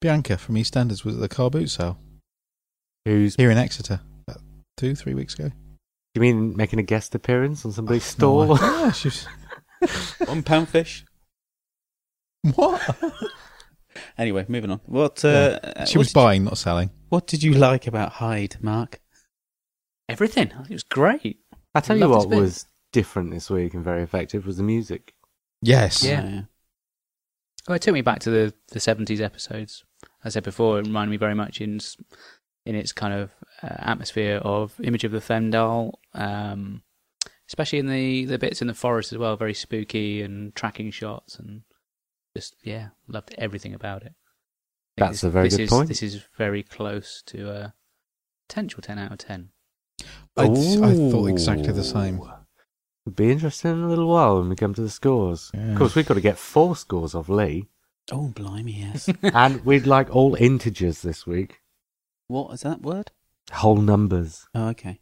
D: Bianca from EastEnders was at the car boot sale
A: Who's
D: here in Exeter about two, three weeks ago.
A: you mean making a guest appearance on somebody's
D: No,
A: stall?
D: I- yeah, she was-
B: One pound fish.
D: what?
B: Anyway, moving on. What? Uh,
D: Yeah.
B: uh,
D: she
B: what did
D: was
B: you-
D: buying, not selling.
B: What did you like about Hyde, Mark?
C: Everything. I think It was great.
A: I tell you
C: Loved
A: what
C: his bits.
A: was different this week and very effective was the music.
D: Yes.
C: Yeah. Well, it took me back to the the seventies episodes. As I said before, it reminded me very much in s- in its kind of uh, atmosphere of Image of the Fendal, um, especially in the the bits in the forest as well. Very spooky and tracking shots and just yeah, loved everything about it. I think
A: That's a very
C: this
A: good
C: is,
A: point.
C: This is very close to a potential ten out of ten.
D: I, I thought exactly the same.
A: Ooh. It'll be interesting in a little while when we come to the scores.
D: Yeah.
A: Of course, we've got to get four scores off Lee.
B: Oh, blimey, yes.
A: and we'd like all integers this week.
B: what is that word?
A: Whole numbers.
B: Oh, okay.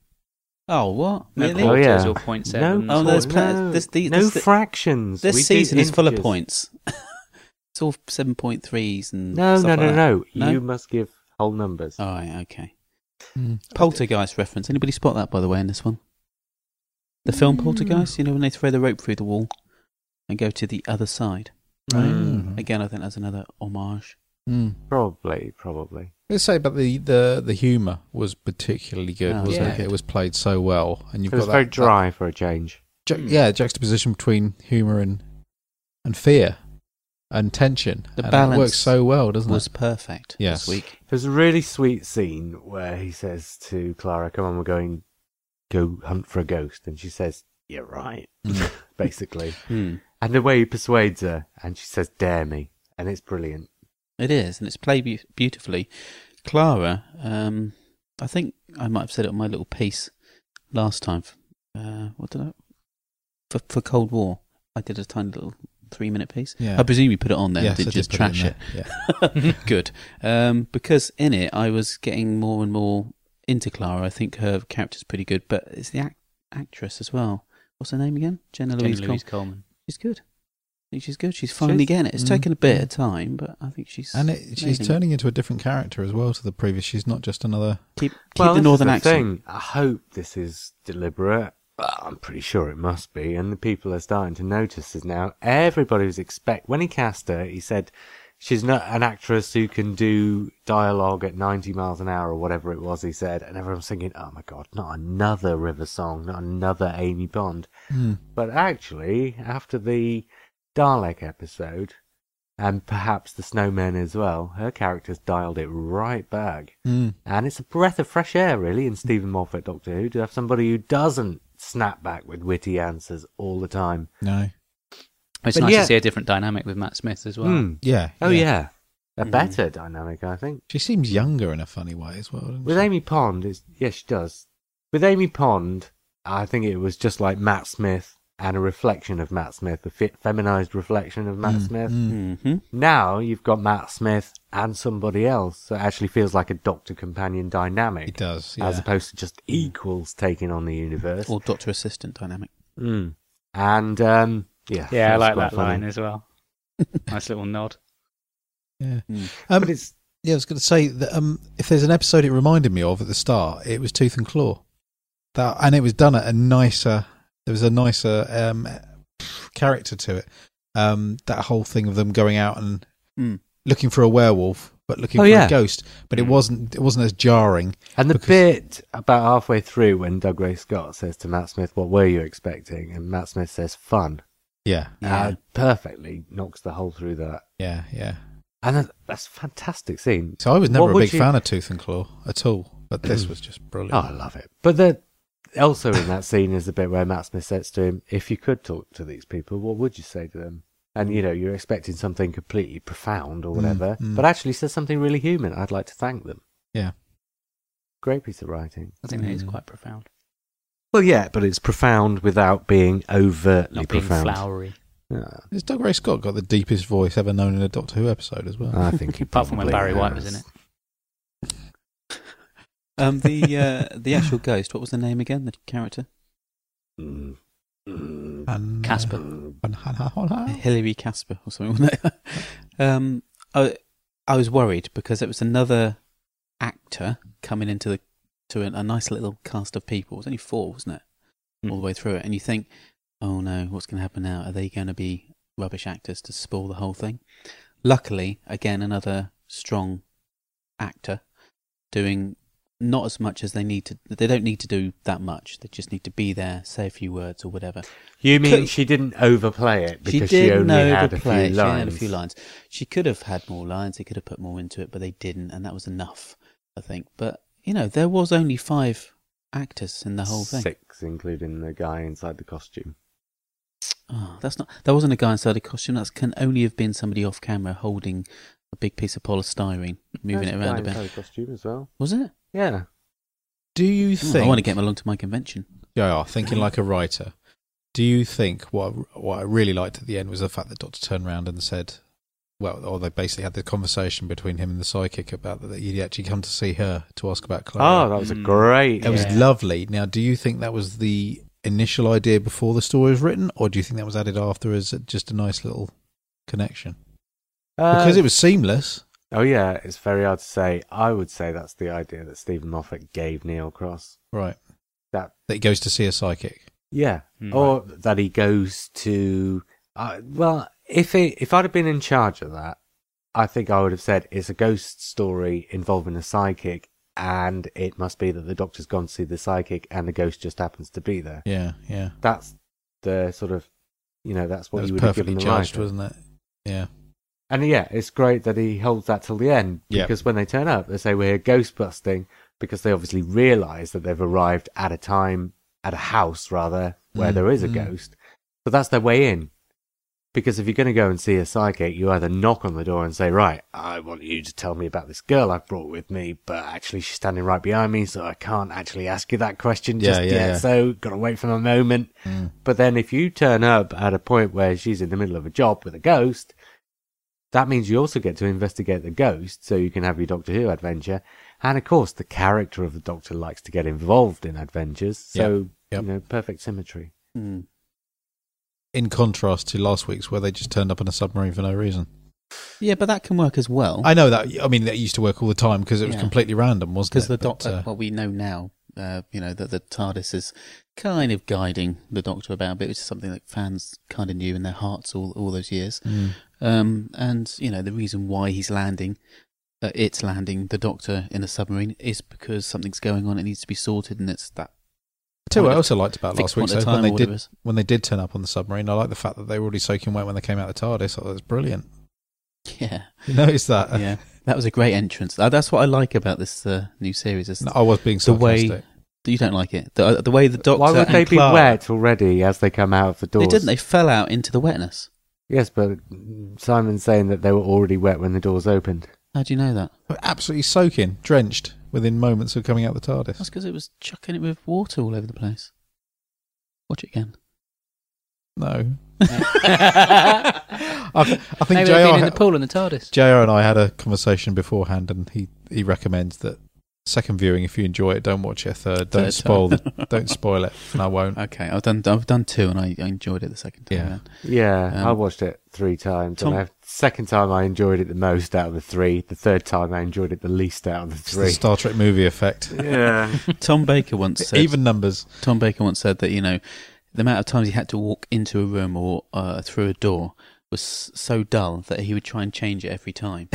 B: Oh, what?
C: No
B: really?
A: Oh,
C: quarters
A: yeah.
C: or point
A: No,
C: seven.
B: Oh,
A: quar-
B: there's pla-
A: no,
B: this- the-
A: no
B: this- the-
A: fractions.
B: This
A: We do
B: season is full of
A: integers.
B: points. it's all 7.3s and
A: No,
B: stuff
A: no,
B: like
A: no,
B: that.
A: no,
B: No? Oh,
A: You must give whole numbers.
B: All right, okay. Poltergeist reference. Anybody spot that, by the way, in this one? The film Poltergeist, you know, when they throw the rope through the wall and go to the other side. Right?
D: Mm.
B: Again, I think that's another homage.
D: Mm.
A: Probably, probably.
D: Let's say, but the, the, the humour was particularly good,
B: Oh,
D: wasn't
C: yeah.
D: it? It was played so well, and you've
A: it
D: got
A: was
D: that,
A: very
D: that
A: dry for a change.
D: ju- yeah juxtaposition between humour and and fear and tension.
B: The
D: and
B: balance
D: it works so well, doesn't
B: was
D: it?
B: perfect
D: Yes.
B: this week.
A: There's a really sweet scene where he says to Clara, "Come on, we're going go hunt for a ghost," and she says, "You're right,"
D: Mm.
A: basically.
B: Hmm.
A: And the way he persuades her, and she says, "Dare me," and it's brilliant.
B: It is, and it's played beau- beautifully. Clara, um, I think I might have said it on my little piece last time. f- Uh, what did I? For, for Cold War, I did a tiny little three minute piece.
D: Yeah.
B: I presume you put it on there
D: Yes,
B: and
D: I
B: didn't
D: did
B: just
D: put
B: trash
D: in
B: it.
D: there. Yeah.
B: Good. Um, because in it, I was getting more and more into Clara. I think her character's pretty good, but it's the ac- actress as well. What's her name again? Jenna
C: Jenna
B: Louise Cole.
C: Louise Coleman.
B: She's good. I think she's good. She's finally getting it. It's
D: Mm.
B: taken a bit of time, but I think she's.
D: And it, she's
B: nailing it.
D: turning into a different character as well to the previous. She's not just another.
B: Keep, keep
A: well, this
B: the
A: is
B: northern accent.
A: Thing. I hope this is deliberate. Well, I'm pretty sure it must be, and the people are starting to notice this now. Everybody was expect when he cast her, he said she's not an actress who can do dialogue at 90 miles an hour or whatever it was. He said, and everyone's thinking, "Oh my god, not another River Song, not another Amy Bond."
D: hmm,
A: But actually, after the Dalek episode, and perhaps the Snowmen as well, her character's dialed it right back.
D: Mm.
A: And it's a breath of fresh air, really, in Stephen Moffat Doctor Who to have somebody who doesn't snap back with witty answers all the time.
D: No.
C: It's
A: But
C: nice
A: yeah.
C: to see a different dynamic with Matt Smith as well.
A: Hmm.
D: Yeah.
A: Oh, yeah. A
B: Mm.
A: better dynamic, I think.
D: She seems younger in a funny way as well. Doesn't
A: With
D: she?
A: Amy Pond, it's, yes, she does. With Amy Pond, I think it was just like Matt Smith and a reflection of Matt Smith, a fe- feminized reflection of Matt
D: Mm,
A: Smith.
D: mm.
B: Mm-hmm.
A: Now you've got Matt Smith and somebody else, so it actually feels like a doctor companion
D: It
A: dynamic,
D: does. Yeah.
A: as opposed to just equals taking on the universe.
B: Or doctor assistant dynamic.
A: Mm. And um, yeah,
C: Yeah, I
A: was
C: like
A: quite
C: that line
A: funny.
C: as well. nice little nod.
D: yeah.
B: Mm.
D: Um,
A: but it's
D: yeah, I was going to say that um, if there's an episode it reminded me of at the start, it was Tooth and Claw. That and it was done at a nicer. There was a nicer um, character to it. Um, that whole thing of them going out and
B: Mm.
D: looking for a werewolf, but looking
A: Hmm. Oh,
D: for
A: yeah.
D: a ghost. But it
C: Mm.
D: wasn't. It wasn't as jarring.
A: and the
D: because-
A: bit about halfway through when Doug Ray Scott says to Matt Smith, "What were you expecting?" and Matt Smith says, "Fun."
D: Yeah.
A: Uh, perfectly knocks the hole through that,
D: Yeah. Yeah.
A: and that, that's a fantastic scene.
D: So I was never
A: What
D: a
A: would
D: big
A: you-
D: fan of Tooth and Claw at all, but this was just brilliant.
A: Oh, I love it. But the, also in that scene is the bit where Matt Smith says to him, "If you could talk to these people, what would you say to them?" And you know, you're expecting something completely profound or whatever,
D: mm.
A: but actually says something really human. I'd like to thank them.
D: Yeah.
A: Great piece of writing.
C: I think that is
D: Mm.
C: quite profound.
A: Well, yeah, but it's profound without being overtly
C: Not being
A: profound.
C: flowery.
A: Yeah,
D: Has Doug Ray Scott got the deepest voice ever known in a Doctor Who episode as well?
A: I think he
C: Apart from when
A: probably
C: Barry White was
A: has.
C: in it.
B: Um, the uh, the actual ghost. What was the name again? The character
A: Mm. Mm.
D: And, uh,
C: Casper.
A: Mm.
D: and Hannah Hannah.
B: Hilary Casper or something. wasn't it? um, I I was worried because it was another actor coming into the to a, a nice little cast of people. It was only four, wasn't it? All the way through it, and you think, oh no, what's going to happen now? Are they going to be rubbish actors to spoil the whole thing? Luckily, again, another strong actor doing not as much as they need to. They don't need to do that much. They just need to be there, say a few words or whatever.
A: You mean
B: Could-
A: she didn't overplay it because she, only had a
B: play.
A: few
B: She only had a
A: lines?
B: few lines. She could have had more lines. They could have put more into it, but they didn't, and that was enough, I think. But you know, there was only five actors in the whole thing.
A: Six, including the guy inside the costume.
B: Oh, that's not. That wasn't a guy inside a costume. That can only have been somebody off camera holding a big piece of polystyrene, moving it
A: There's
B: around
A: guy
B: a bit.
A: inside the costume as well.
B: Was it?
A: Yeah.
D: Do you
B: Oh,
D: think?
B: I want to get him along to my convention.
D: Yeah, thinking like a writer. Do you think what what I really liked at the end was the fact that Doctor turned around and said, well, or they basically had the conversation between him and the psychic about that he'd actually come to see her to ask about Clara.
A: Oh, that was a
B: Hmm.
C: Mm.
A: great.
D: that was
C: yeah.
D: lovely. Now, do you think that was the initial idea before the story was written, or do you think that was added after as just a nice little connection?
A: Uh,
D: Because it was seamless.
A: Oh yeah, it's very hard to say. I would say that's the idea that Stephen Moffat gave Neil Cross.
D: Right.
A: That-
D: that he goes to see a psychic.
A: Yeah,
B: Hmm.
C: Mm.
A: or that he goes to. Uh, well, if it, if I'd have been in charge of that, I think I would have said it's a ghost story involving a psychic, and it must be that the doctor's gone to see the psychic, and the ghost just happens to be there.
D: Yeah, yeah.
A: That's the sort of, you know, that's what
D: that was
A: you would have
D: perfectly
A: given the
D: judged,
A: writer.
D: wasn't it? Yeah.
A: And yeah, it's great that he holds that till the end
D: Yeah.
A: because when they turn up, they say we're here ghost busting because they obviously realise that they've arrived at a time, at a house rather, where
D: Mm,
A: there is a
D: mm.
A: ghost. But that's their way in. Because if you're going to go and see a psychic, you either knock on the door and say, Right, I want you to tell me about this girl I've brought with me, but actually she's standing right behind me, so I can't actually ask you that question
D: Yeah,
A: just
D: yeah,
A: yet.
D: yeah.
A: So, got to wait for my moment.
D: Mm.
A: But then if you turn up at a point where she's in the middle of a job with a ghost, that means you also get to investigate the ghost so you can have your Doctor Who adventure. And of course, the character of the Doctor likes to get involved in adventures. So,
D: yep.
A: you know, perfect symmetry.
B: Mm.
D: In contrast to last week's, where they just turned up on a submarine for no reason.
B: Yeah, but that can work as well.
D: I know that. I mean, that used to work all the time because it was
B: Yeah.
D: completely random, wasn't it?
B: Because the
D: But,
B: doctor,
D: uh,
B: well, we know now, uh, you know, that the TARDIS is kind of guiding the doctor about a bit, which is something that fans kind of knew in their hearts all, all those years.
D: mm.
B: Um, and, you know, the reason why he's landing, uh, it's landing the doctor in a submarine is because something's going on, it needs to be sorted, and it's that.
D: Tell you what I
B: point
D: also liked about
B: of-
D: last
B: fixed
D: week,
B: point of
D: though, when
B: time
D: they
B: or whatever
D: did
B: it is.
D: when they did turn up on the submarine, I like the fact that they were already soaking wet when they came out of TARDIS. I thought it was brilliant.
B: Yeah,
D: You noticed that?
B: yeah. That was a great entrance. Uh, That's what I like about this uh, new series. Is
D: No, I was being
B: The way-
D: sarcastic.
B: You don't like it. The, the way the doctor.
A: Why would
B: and
A: they be
B: Clara-
A: wet already as they come out of the doors?
B: They didn't. They fell out into the wetness.
A: Yes, but Simon's saying that they were already wet when the doors opened.
B: How do you know that?
D: They were absolutely soaking, drenched within moments of coming out of the TARDIS.
B: That's because it was chucking it with water all over the place. Watch it again.
D: No,
C: I
D: I, I think
C: Maybe
D: Jr.
C: they've been in the pool in the TARDIS.
D: Jr. and I had a conversation beforehand, and he, he recommends that second viewing, if you enjoy it, don't watch it. Third, don't
B: Third
D: spoil the,
B: time.
D: don't spoil it, and I won't.
B: Okay, I've done. I've done two, and I, I enjoyed it the second time.
D: Yeah.
B: round.
A: Yeah,
B: Um,
A: I watched it three times.
B: Tom-
A: and the second time I enjoyed it the most out of the three. The third time I enjoyed it the least out of the
D: It's the
A: three.
D: Star Trek movie effect.
A: yeah.
B: Tom Baker once said.
D: Even numbers.
B: Tom Baker once said that you know, the amount of times he had to walk into a room or uh, through a door was s- so dull that he would try and change it every time.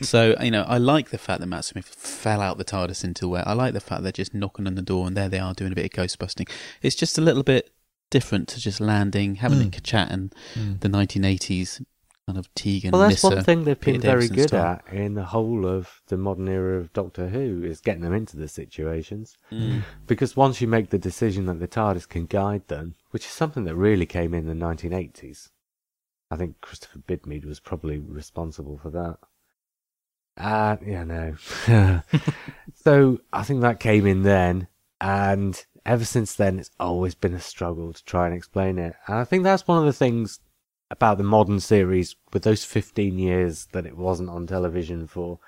B: so you know, I like the fact that Matt Smith fell out the TARDIS into where. I like the fact they're just knocking on the door and there they are doing a bit of ghost busting. It's just a little bit different to just landing, having
D: Mm.
B: a chat, and the 1980s kind of Tegan.
A: Well, that's
B: Nissa.
A: one thing they've been
B: Peter
A: very
B: Davison
A: good
B: style.
A: at in the whole of the modern era of Doctor Who is getting them into the situations.
B: Mm.
A: Because once you make the decision that the TARDIS can guide them, which is something that really came in the 1980s, I think Christopher Bidmead was probably responsible for that. Uh, yeah, no. so I think that came in then, and ever since then, it's always been a struggle to try and explain it. And I think that's one of the things about the modern series with those 15 years that it wasn't on television for.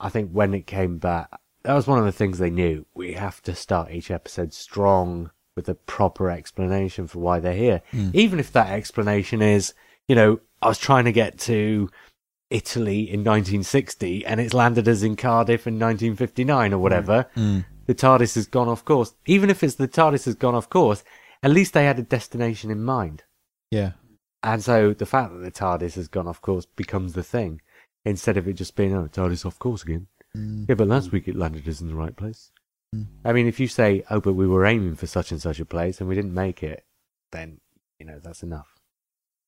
A: I think when it came back, that was one of the things they knew. We have to start each episode strong with a proper explanation for why they're here.
D: Mm.
A: Even if that explanation is, you know, I was trying to get to Italy in 1960 and it's landed us in Cardiff in 1959 or whatever.
D: Mm.
A: The TARDIS has gone off course. Even if it's the TARDIS has gone off course, at least they had a destination in mind.
D: Yeah.
A: And so the fact that the TARDIS has gone off course becomes the thing instead of it just being, oh, TARDIS off course again.
D: Mm.
A: Yeah, but last week it landed us in the right place.
D: Mm.
A: I mean, if you say, oh, but we were aiming for such and such a place and we didn't make it, then, you know, that's enough.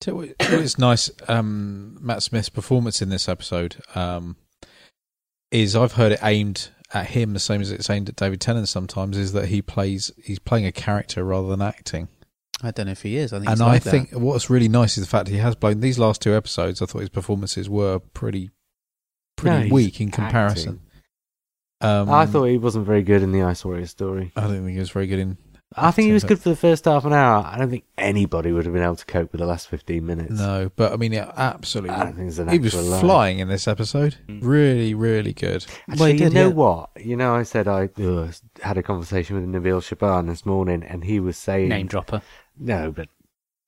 D: Tell you what- what is nice, um, Matt Smith's performance in this episode um, is I've heard it aimed at him the same as it's aimed at David Tennant. Sometimes is that he plays he's playing a character rather than acting.
B: I don't know if he is. I think.
D: and
B: he's
D: I
B: like that.
D: think what's really nice is the fact he has blown these last two episodes. I thought his performances were pretty
A: No,
D: pretty
A: he's
D: weak in comparison. Um,
A: I thought he wasn't very good in the Ice Warrior story.
D: I don't think he was very good in
A: I think he was
D: Timber.
A: good for the first half an hour. I don't think anybody would have been able to cope with the last 15 minutes.
D: No, but I mean, yeah, absolutely.
A: I don't think there's an
D: he was
A: actual line.
D: flying in this episode.
B: Mm.
D: Really, really good.
A: Actually,
B: Well, he
A: you
B: did,
A: know
B: yeah.
A: what? You know, I said I uh, had a conversation with Nabil Shaban this morning, and he was saying
C: Name dropper.
A: no, but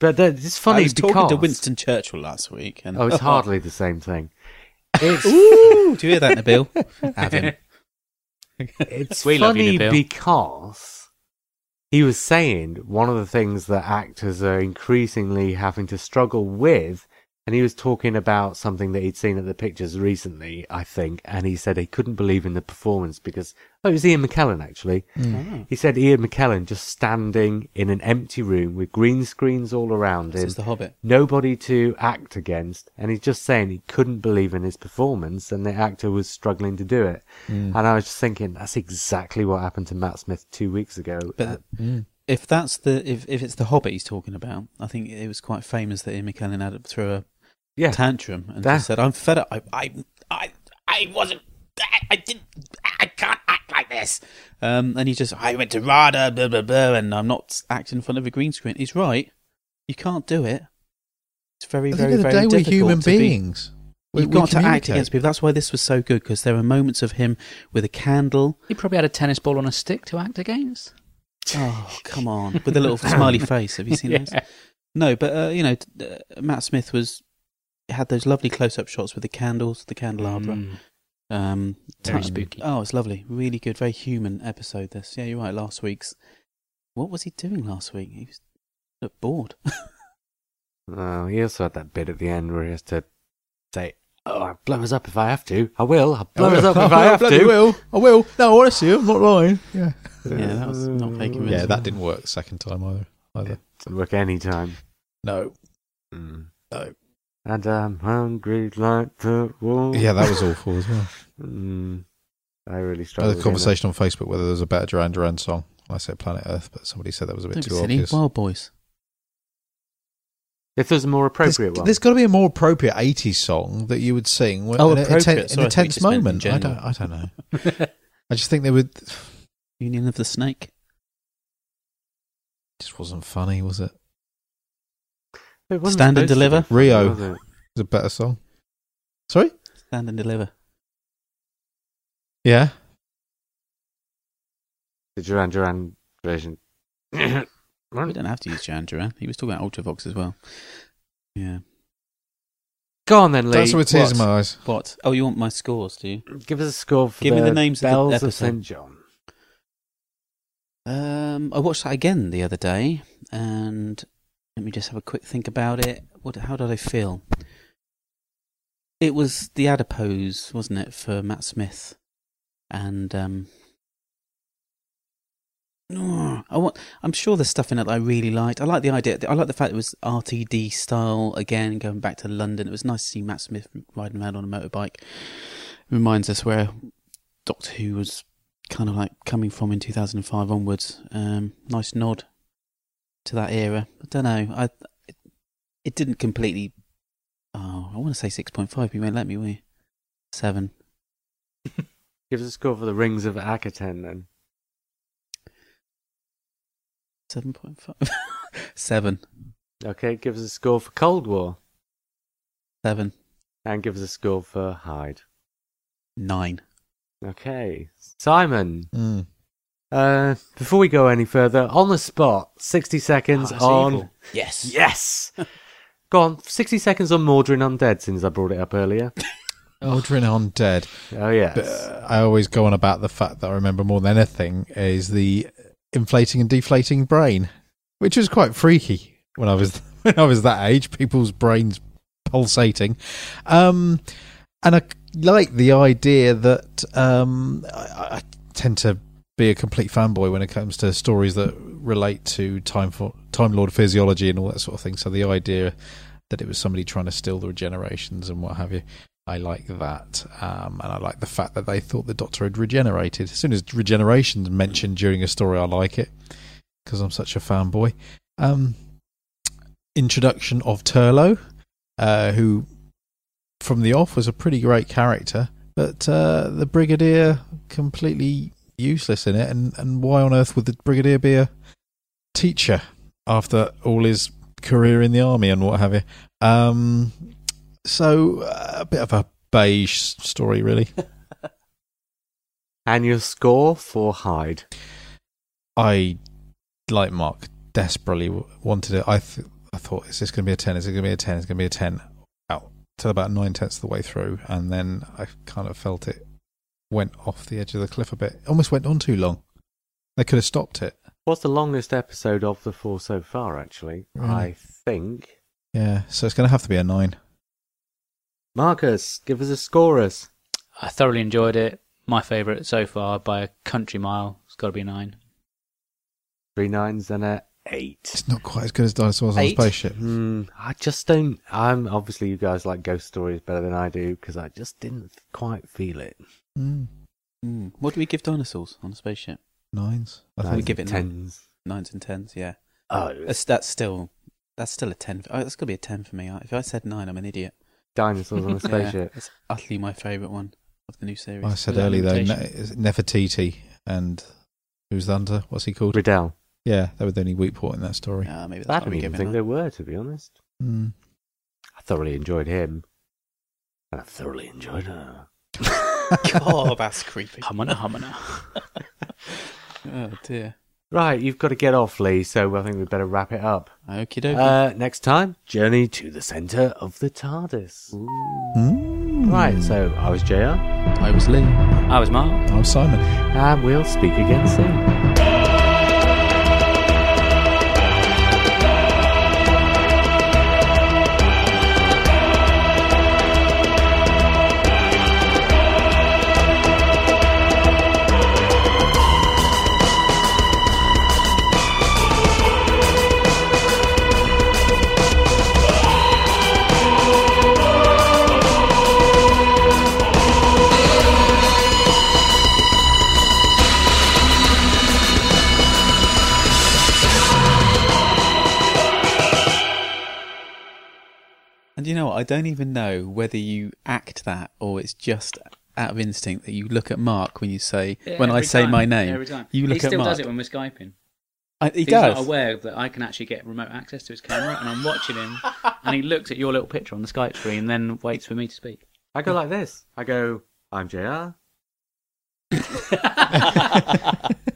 A: but that- it's funny
B: I was
A: because
B: talking to Winston Churchill last week, and
A: Oh, it's hardly the same thing. It's
B: Ooh, do you hear that, Nabil? Have him.
A: it's
C: We love
A: funny
C: you, Nabil.
A: because he was saying one of the things that actors are increasingly having to struggle with, and he was talking about something that he'd seen at the pictures recently, I think, and he said he couldn't believe in the performance because oh, it was Ian McKellen actually.
B: Mm.
A: He said Ian McKellen just standing in an empty room with green screens all around
B: This
A: him,
B: is the Hobbit.
A: nobody to act against, and he's just saying he couldn't believe in his performance, and the actor was struggling to do it.
B: Mm.
A: And I was just thinking, that's exactly what happened to Matt Smith two weeks ago.
B: But
A: Uh,
B: if that's the if, if it's the Hobbit he's talking about, I think it was quite famous that Ian McKellen had it through a
A: yeah,
B: tantrum and
A: That-
B: just said, "I'm fed up. I I I, I wasn't. I, I didn't. I can't act like this." Um, and he just, "I went to RADA, blah blah blah," and I'm not acting in front of a green screen. He's right. You can't do it. It's very
D: At the
B: very
D: end of the
B: very
D: day, we're
B: difficult
D: human
B: to be-
D: beings. We-
B: You've
D: we
B: got to act
D: communicate.
B: against people. That's why this was so good because there are moments of him with a candle.
C: He probably had a tennis ball on a stick to act against.
B: Oh, come on! With a little smiley face. Have you seen those? No, but uh, you know, t- uh, Matt Smith was had those lovely close-up shots with the candles, the candelabra.
C: Mm.
B: Um,
C: Very
B: time-
C: spooky.
B: Oh, it's lovely. Really good. Very human episode. This. Yeah, you're right. Last week's. What was he doing last week? He was looked bored.
A: uh, he also had that bit at the end where he has to say, "Oh, I'll blow us up if I have to. I will. I'll blow us up
B: Oh,
A: if I have
D: Oh, bloody
A: to." Uh,
D: will. I will. No, Oh, honestly, I'm not lying. Yeah,
B: yeah, that was not very convincing.
D: yeah, that didn't work the second time either. Either
A: Doesn't work any time.
D: no,
A: Mm.
D: no.
A: And I'm hungry like the wolf.
D: Yeah, that was awful as well.
A: Mm. I really
D: I
A: struggled.
D: had a conversation on Facebook whether there was a better Duran Duran song. I said Planet Earth, but somebody said that was a bit
B: Don't be
D: too
B: silly.
D: obvious.
B: Wild Boys.
A: If there's a more
D: There's-
A: appropriate one,
D: there's got to be a more appropriate 80s song that you would sing when,
B: Oh,
D: in, a, in a ten-
B: appropriate.
D: in
B: Sorry, I
D: a
B: thought you
D: tense
B: just meant in
D: moment. I
B: general.
D: don't, I don't know. I just think they would.
B: Union of the Snake.
D: just wasn't funny, was it?
A: It wasn't
B: Stand
A: supposed
B: and
A: to
B: deliver.
A: be funny,
D: Rio.
A: was it?
D: It's a better song. Sorry?
B: Stand and deliver.
D: Yeah.
A: The Duran Duran version.
B: We don't have to use Duran Duran. He was talking about Ultravox as well. Yeah.
A: Go on then, Lee.
D: That's with tears in my eyes.
B: What? Oh, you want my scores, do you?
A: Give us a score for
B: Give me the names of the
A: Bells of
B: episode.
A: St. John.
B: Um, I watched that again the other day, and let me just have a quick think about it. What? How did I feel? It was the adipose, wasn't it, for Matt Smith? And um, oh, I want. I'm sure there's stuff in it that I really liked. I like the idea. I like the fact it was RTD style again, going back to London. It was nice to see Matt Smith riding around on a motorbike. Reminds us where Doctor Who was kind of like coming from in 2005 onwards. Um, nice nod to that era. I don't know. I it, it didn't completely. Oh, I want to say 6.5, but you won't let me. Will you? Seven.
A: Give us a score for the Rings of Akaten then.
B: Seven point five. seven.
A: Okay, give us a score for Cold War.
B: Seven.
A: And give us a score for Hyde.
B: Nine.
A: Okay. Simon,
D: Mm.
A: uh, before we go any further, on the spot, 60
B: Oh,
A: seconds
C: Ah, that's
A: on.
C: evil.
B: Yes.
A: Yes! go on, 60 seconds on Mordrin Undead since I brought it up earlier.
D: Aldrin on Dead.
A: Oh, yes.
D: But, uh, I always go on about the fact that I remember more than anything is the inflating and deflating brain, which was quite freaky when I was when I was that age. People's brains pulsating, um, and I c- like the idea that um, I, I tend to be a complete fanboy when it comes to stories that relate to time for Time Lord physiology and all that sort of thing. So the idea that it was somebody trying to steal the regenerations and what have you. I like that, um, and I like the fact that they thought the Doctor had regenerated. As soon as regeneration's mentioned during a story, I like it because I'm such a fanboy. Um, introduction of Turlo, uh, who from the off was a pretty great character, but uh, the Brigadier completely useless in it. And, and why on earth would the Brigadier be a teacher after all his career in the army and what have you. Um, so uh, a bit of a beige story, really.
A: And your score for Hyde.
D: I, like Mark, desperately w- wanted it. I th- I thought, is this going to be a 10? Is it going to be a 10? Is it going to be a 10? Out till about nine tenths of the way through. And then I kind of felt it went off the edge of the cliff a bit. It almost went on too long. They could have stopped it.
A: What's the longest episode of the four so far, actually?
D: Really?
A: I think.
D: Yeah. So it's going to have to be a nine.
A: Marcus, give us a scorers.
C: I thoroughly enjoyed it. My favourite so far by a country mile. It's got to be nine.
A: Three nines and a eight.
D: It's not quite as good as Dinosaurs
B: Eight?
D: on a Spaceship.
A: Hmm, I just don't. I'm obviously you guys like ghost stories better than I do because I just didn't quite feel it.
D: Mm,
B: Mm. What do we give dinosaurs on a spaceship?
D: nines. I
A: Nines
D: think.
B: we give
A: and
B: it nine.
A: tens.
B: Nines and tens, yeah.
A: Oh,
B: That's, that's still that's still a ten. For, oh, that's gonna be a ten for me. I- If I said nine, I'm an idiot.
A: dinosaurs on a
B: Yeah,
A: spaceship.
B: it's utterly my favourite one of the new series.
D: I said
C: Without
D: earlier though,
C: limitation.
D: ne- is it Nefertiti and who's the hunter? What's he called?
A: Riddell.
D: Yeah, they were the only weak point in that story.
B: Ah, maybe that's
A: I
B: why
A: didn't
B: we
A: even
B: gave it
A: think
B: nine.
A: there were, to be honest.
D: Mm.
A: I thoroughly enjoyed him, and I thoroughly enjoyed her.
B: God, that's creepy.
C: Humana, humana.
B: Oh dear.
A: Right, you've got to get off, Lee. So I think we better wrap it up.
B: Okie dokie.
A: Uh, next time, journey to the centre of the TARDIS.
D: Mm.
A: Right, so I was JR,
B: I was Lee.
C: I was Mark.
D: Oh, Simon.
A: and we'll speak again soon.
B: And you know what? I don't even know whether you act that or it's just out of instinct that you look at Mark when you say when I
C: Every
B: say
C: time,
B: my name.
C: every time.
B: You
C: he
B: look at
C: still
B: Mark.
C: does it when we're skyping.
B: I, he
C: He's "Oh,
B: does.
C: not aware that I can actually get remote access to his camera, and I'm watching him, and he looks at your little picture on the Skype screen, and then waits for me to speak.
A: I go like this. I go, I'm JR.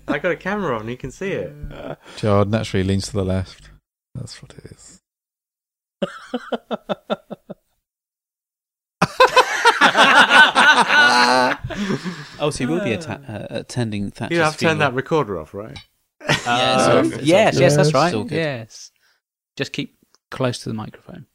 A: I got a camera on, you can see it.
D: Gerard naturally leans to the left. That's what it is.
B: Oh, so you will be atta- uh, attending Thatcher's
A: You have turned
B: funeral.
A: that recorder off, right? Um,
B: it's all good.
C: yes, yes, that's
D: It's
B: all
C: right.
B: good.
C: Yes. Just keep close to the microphone.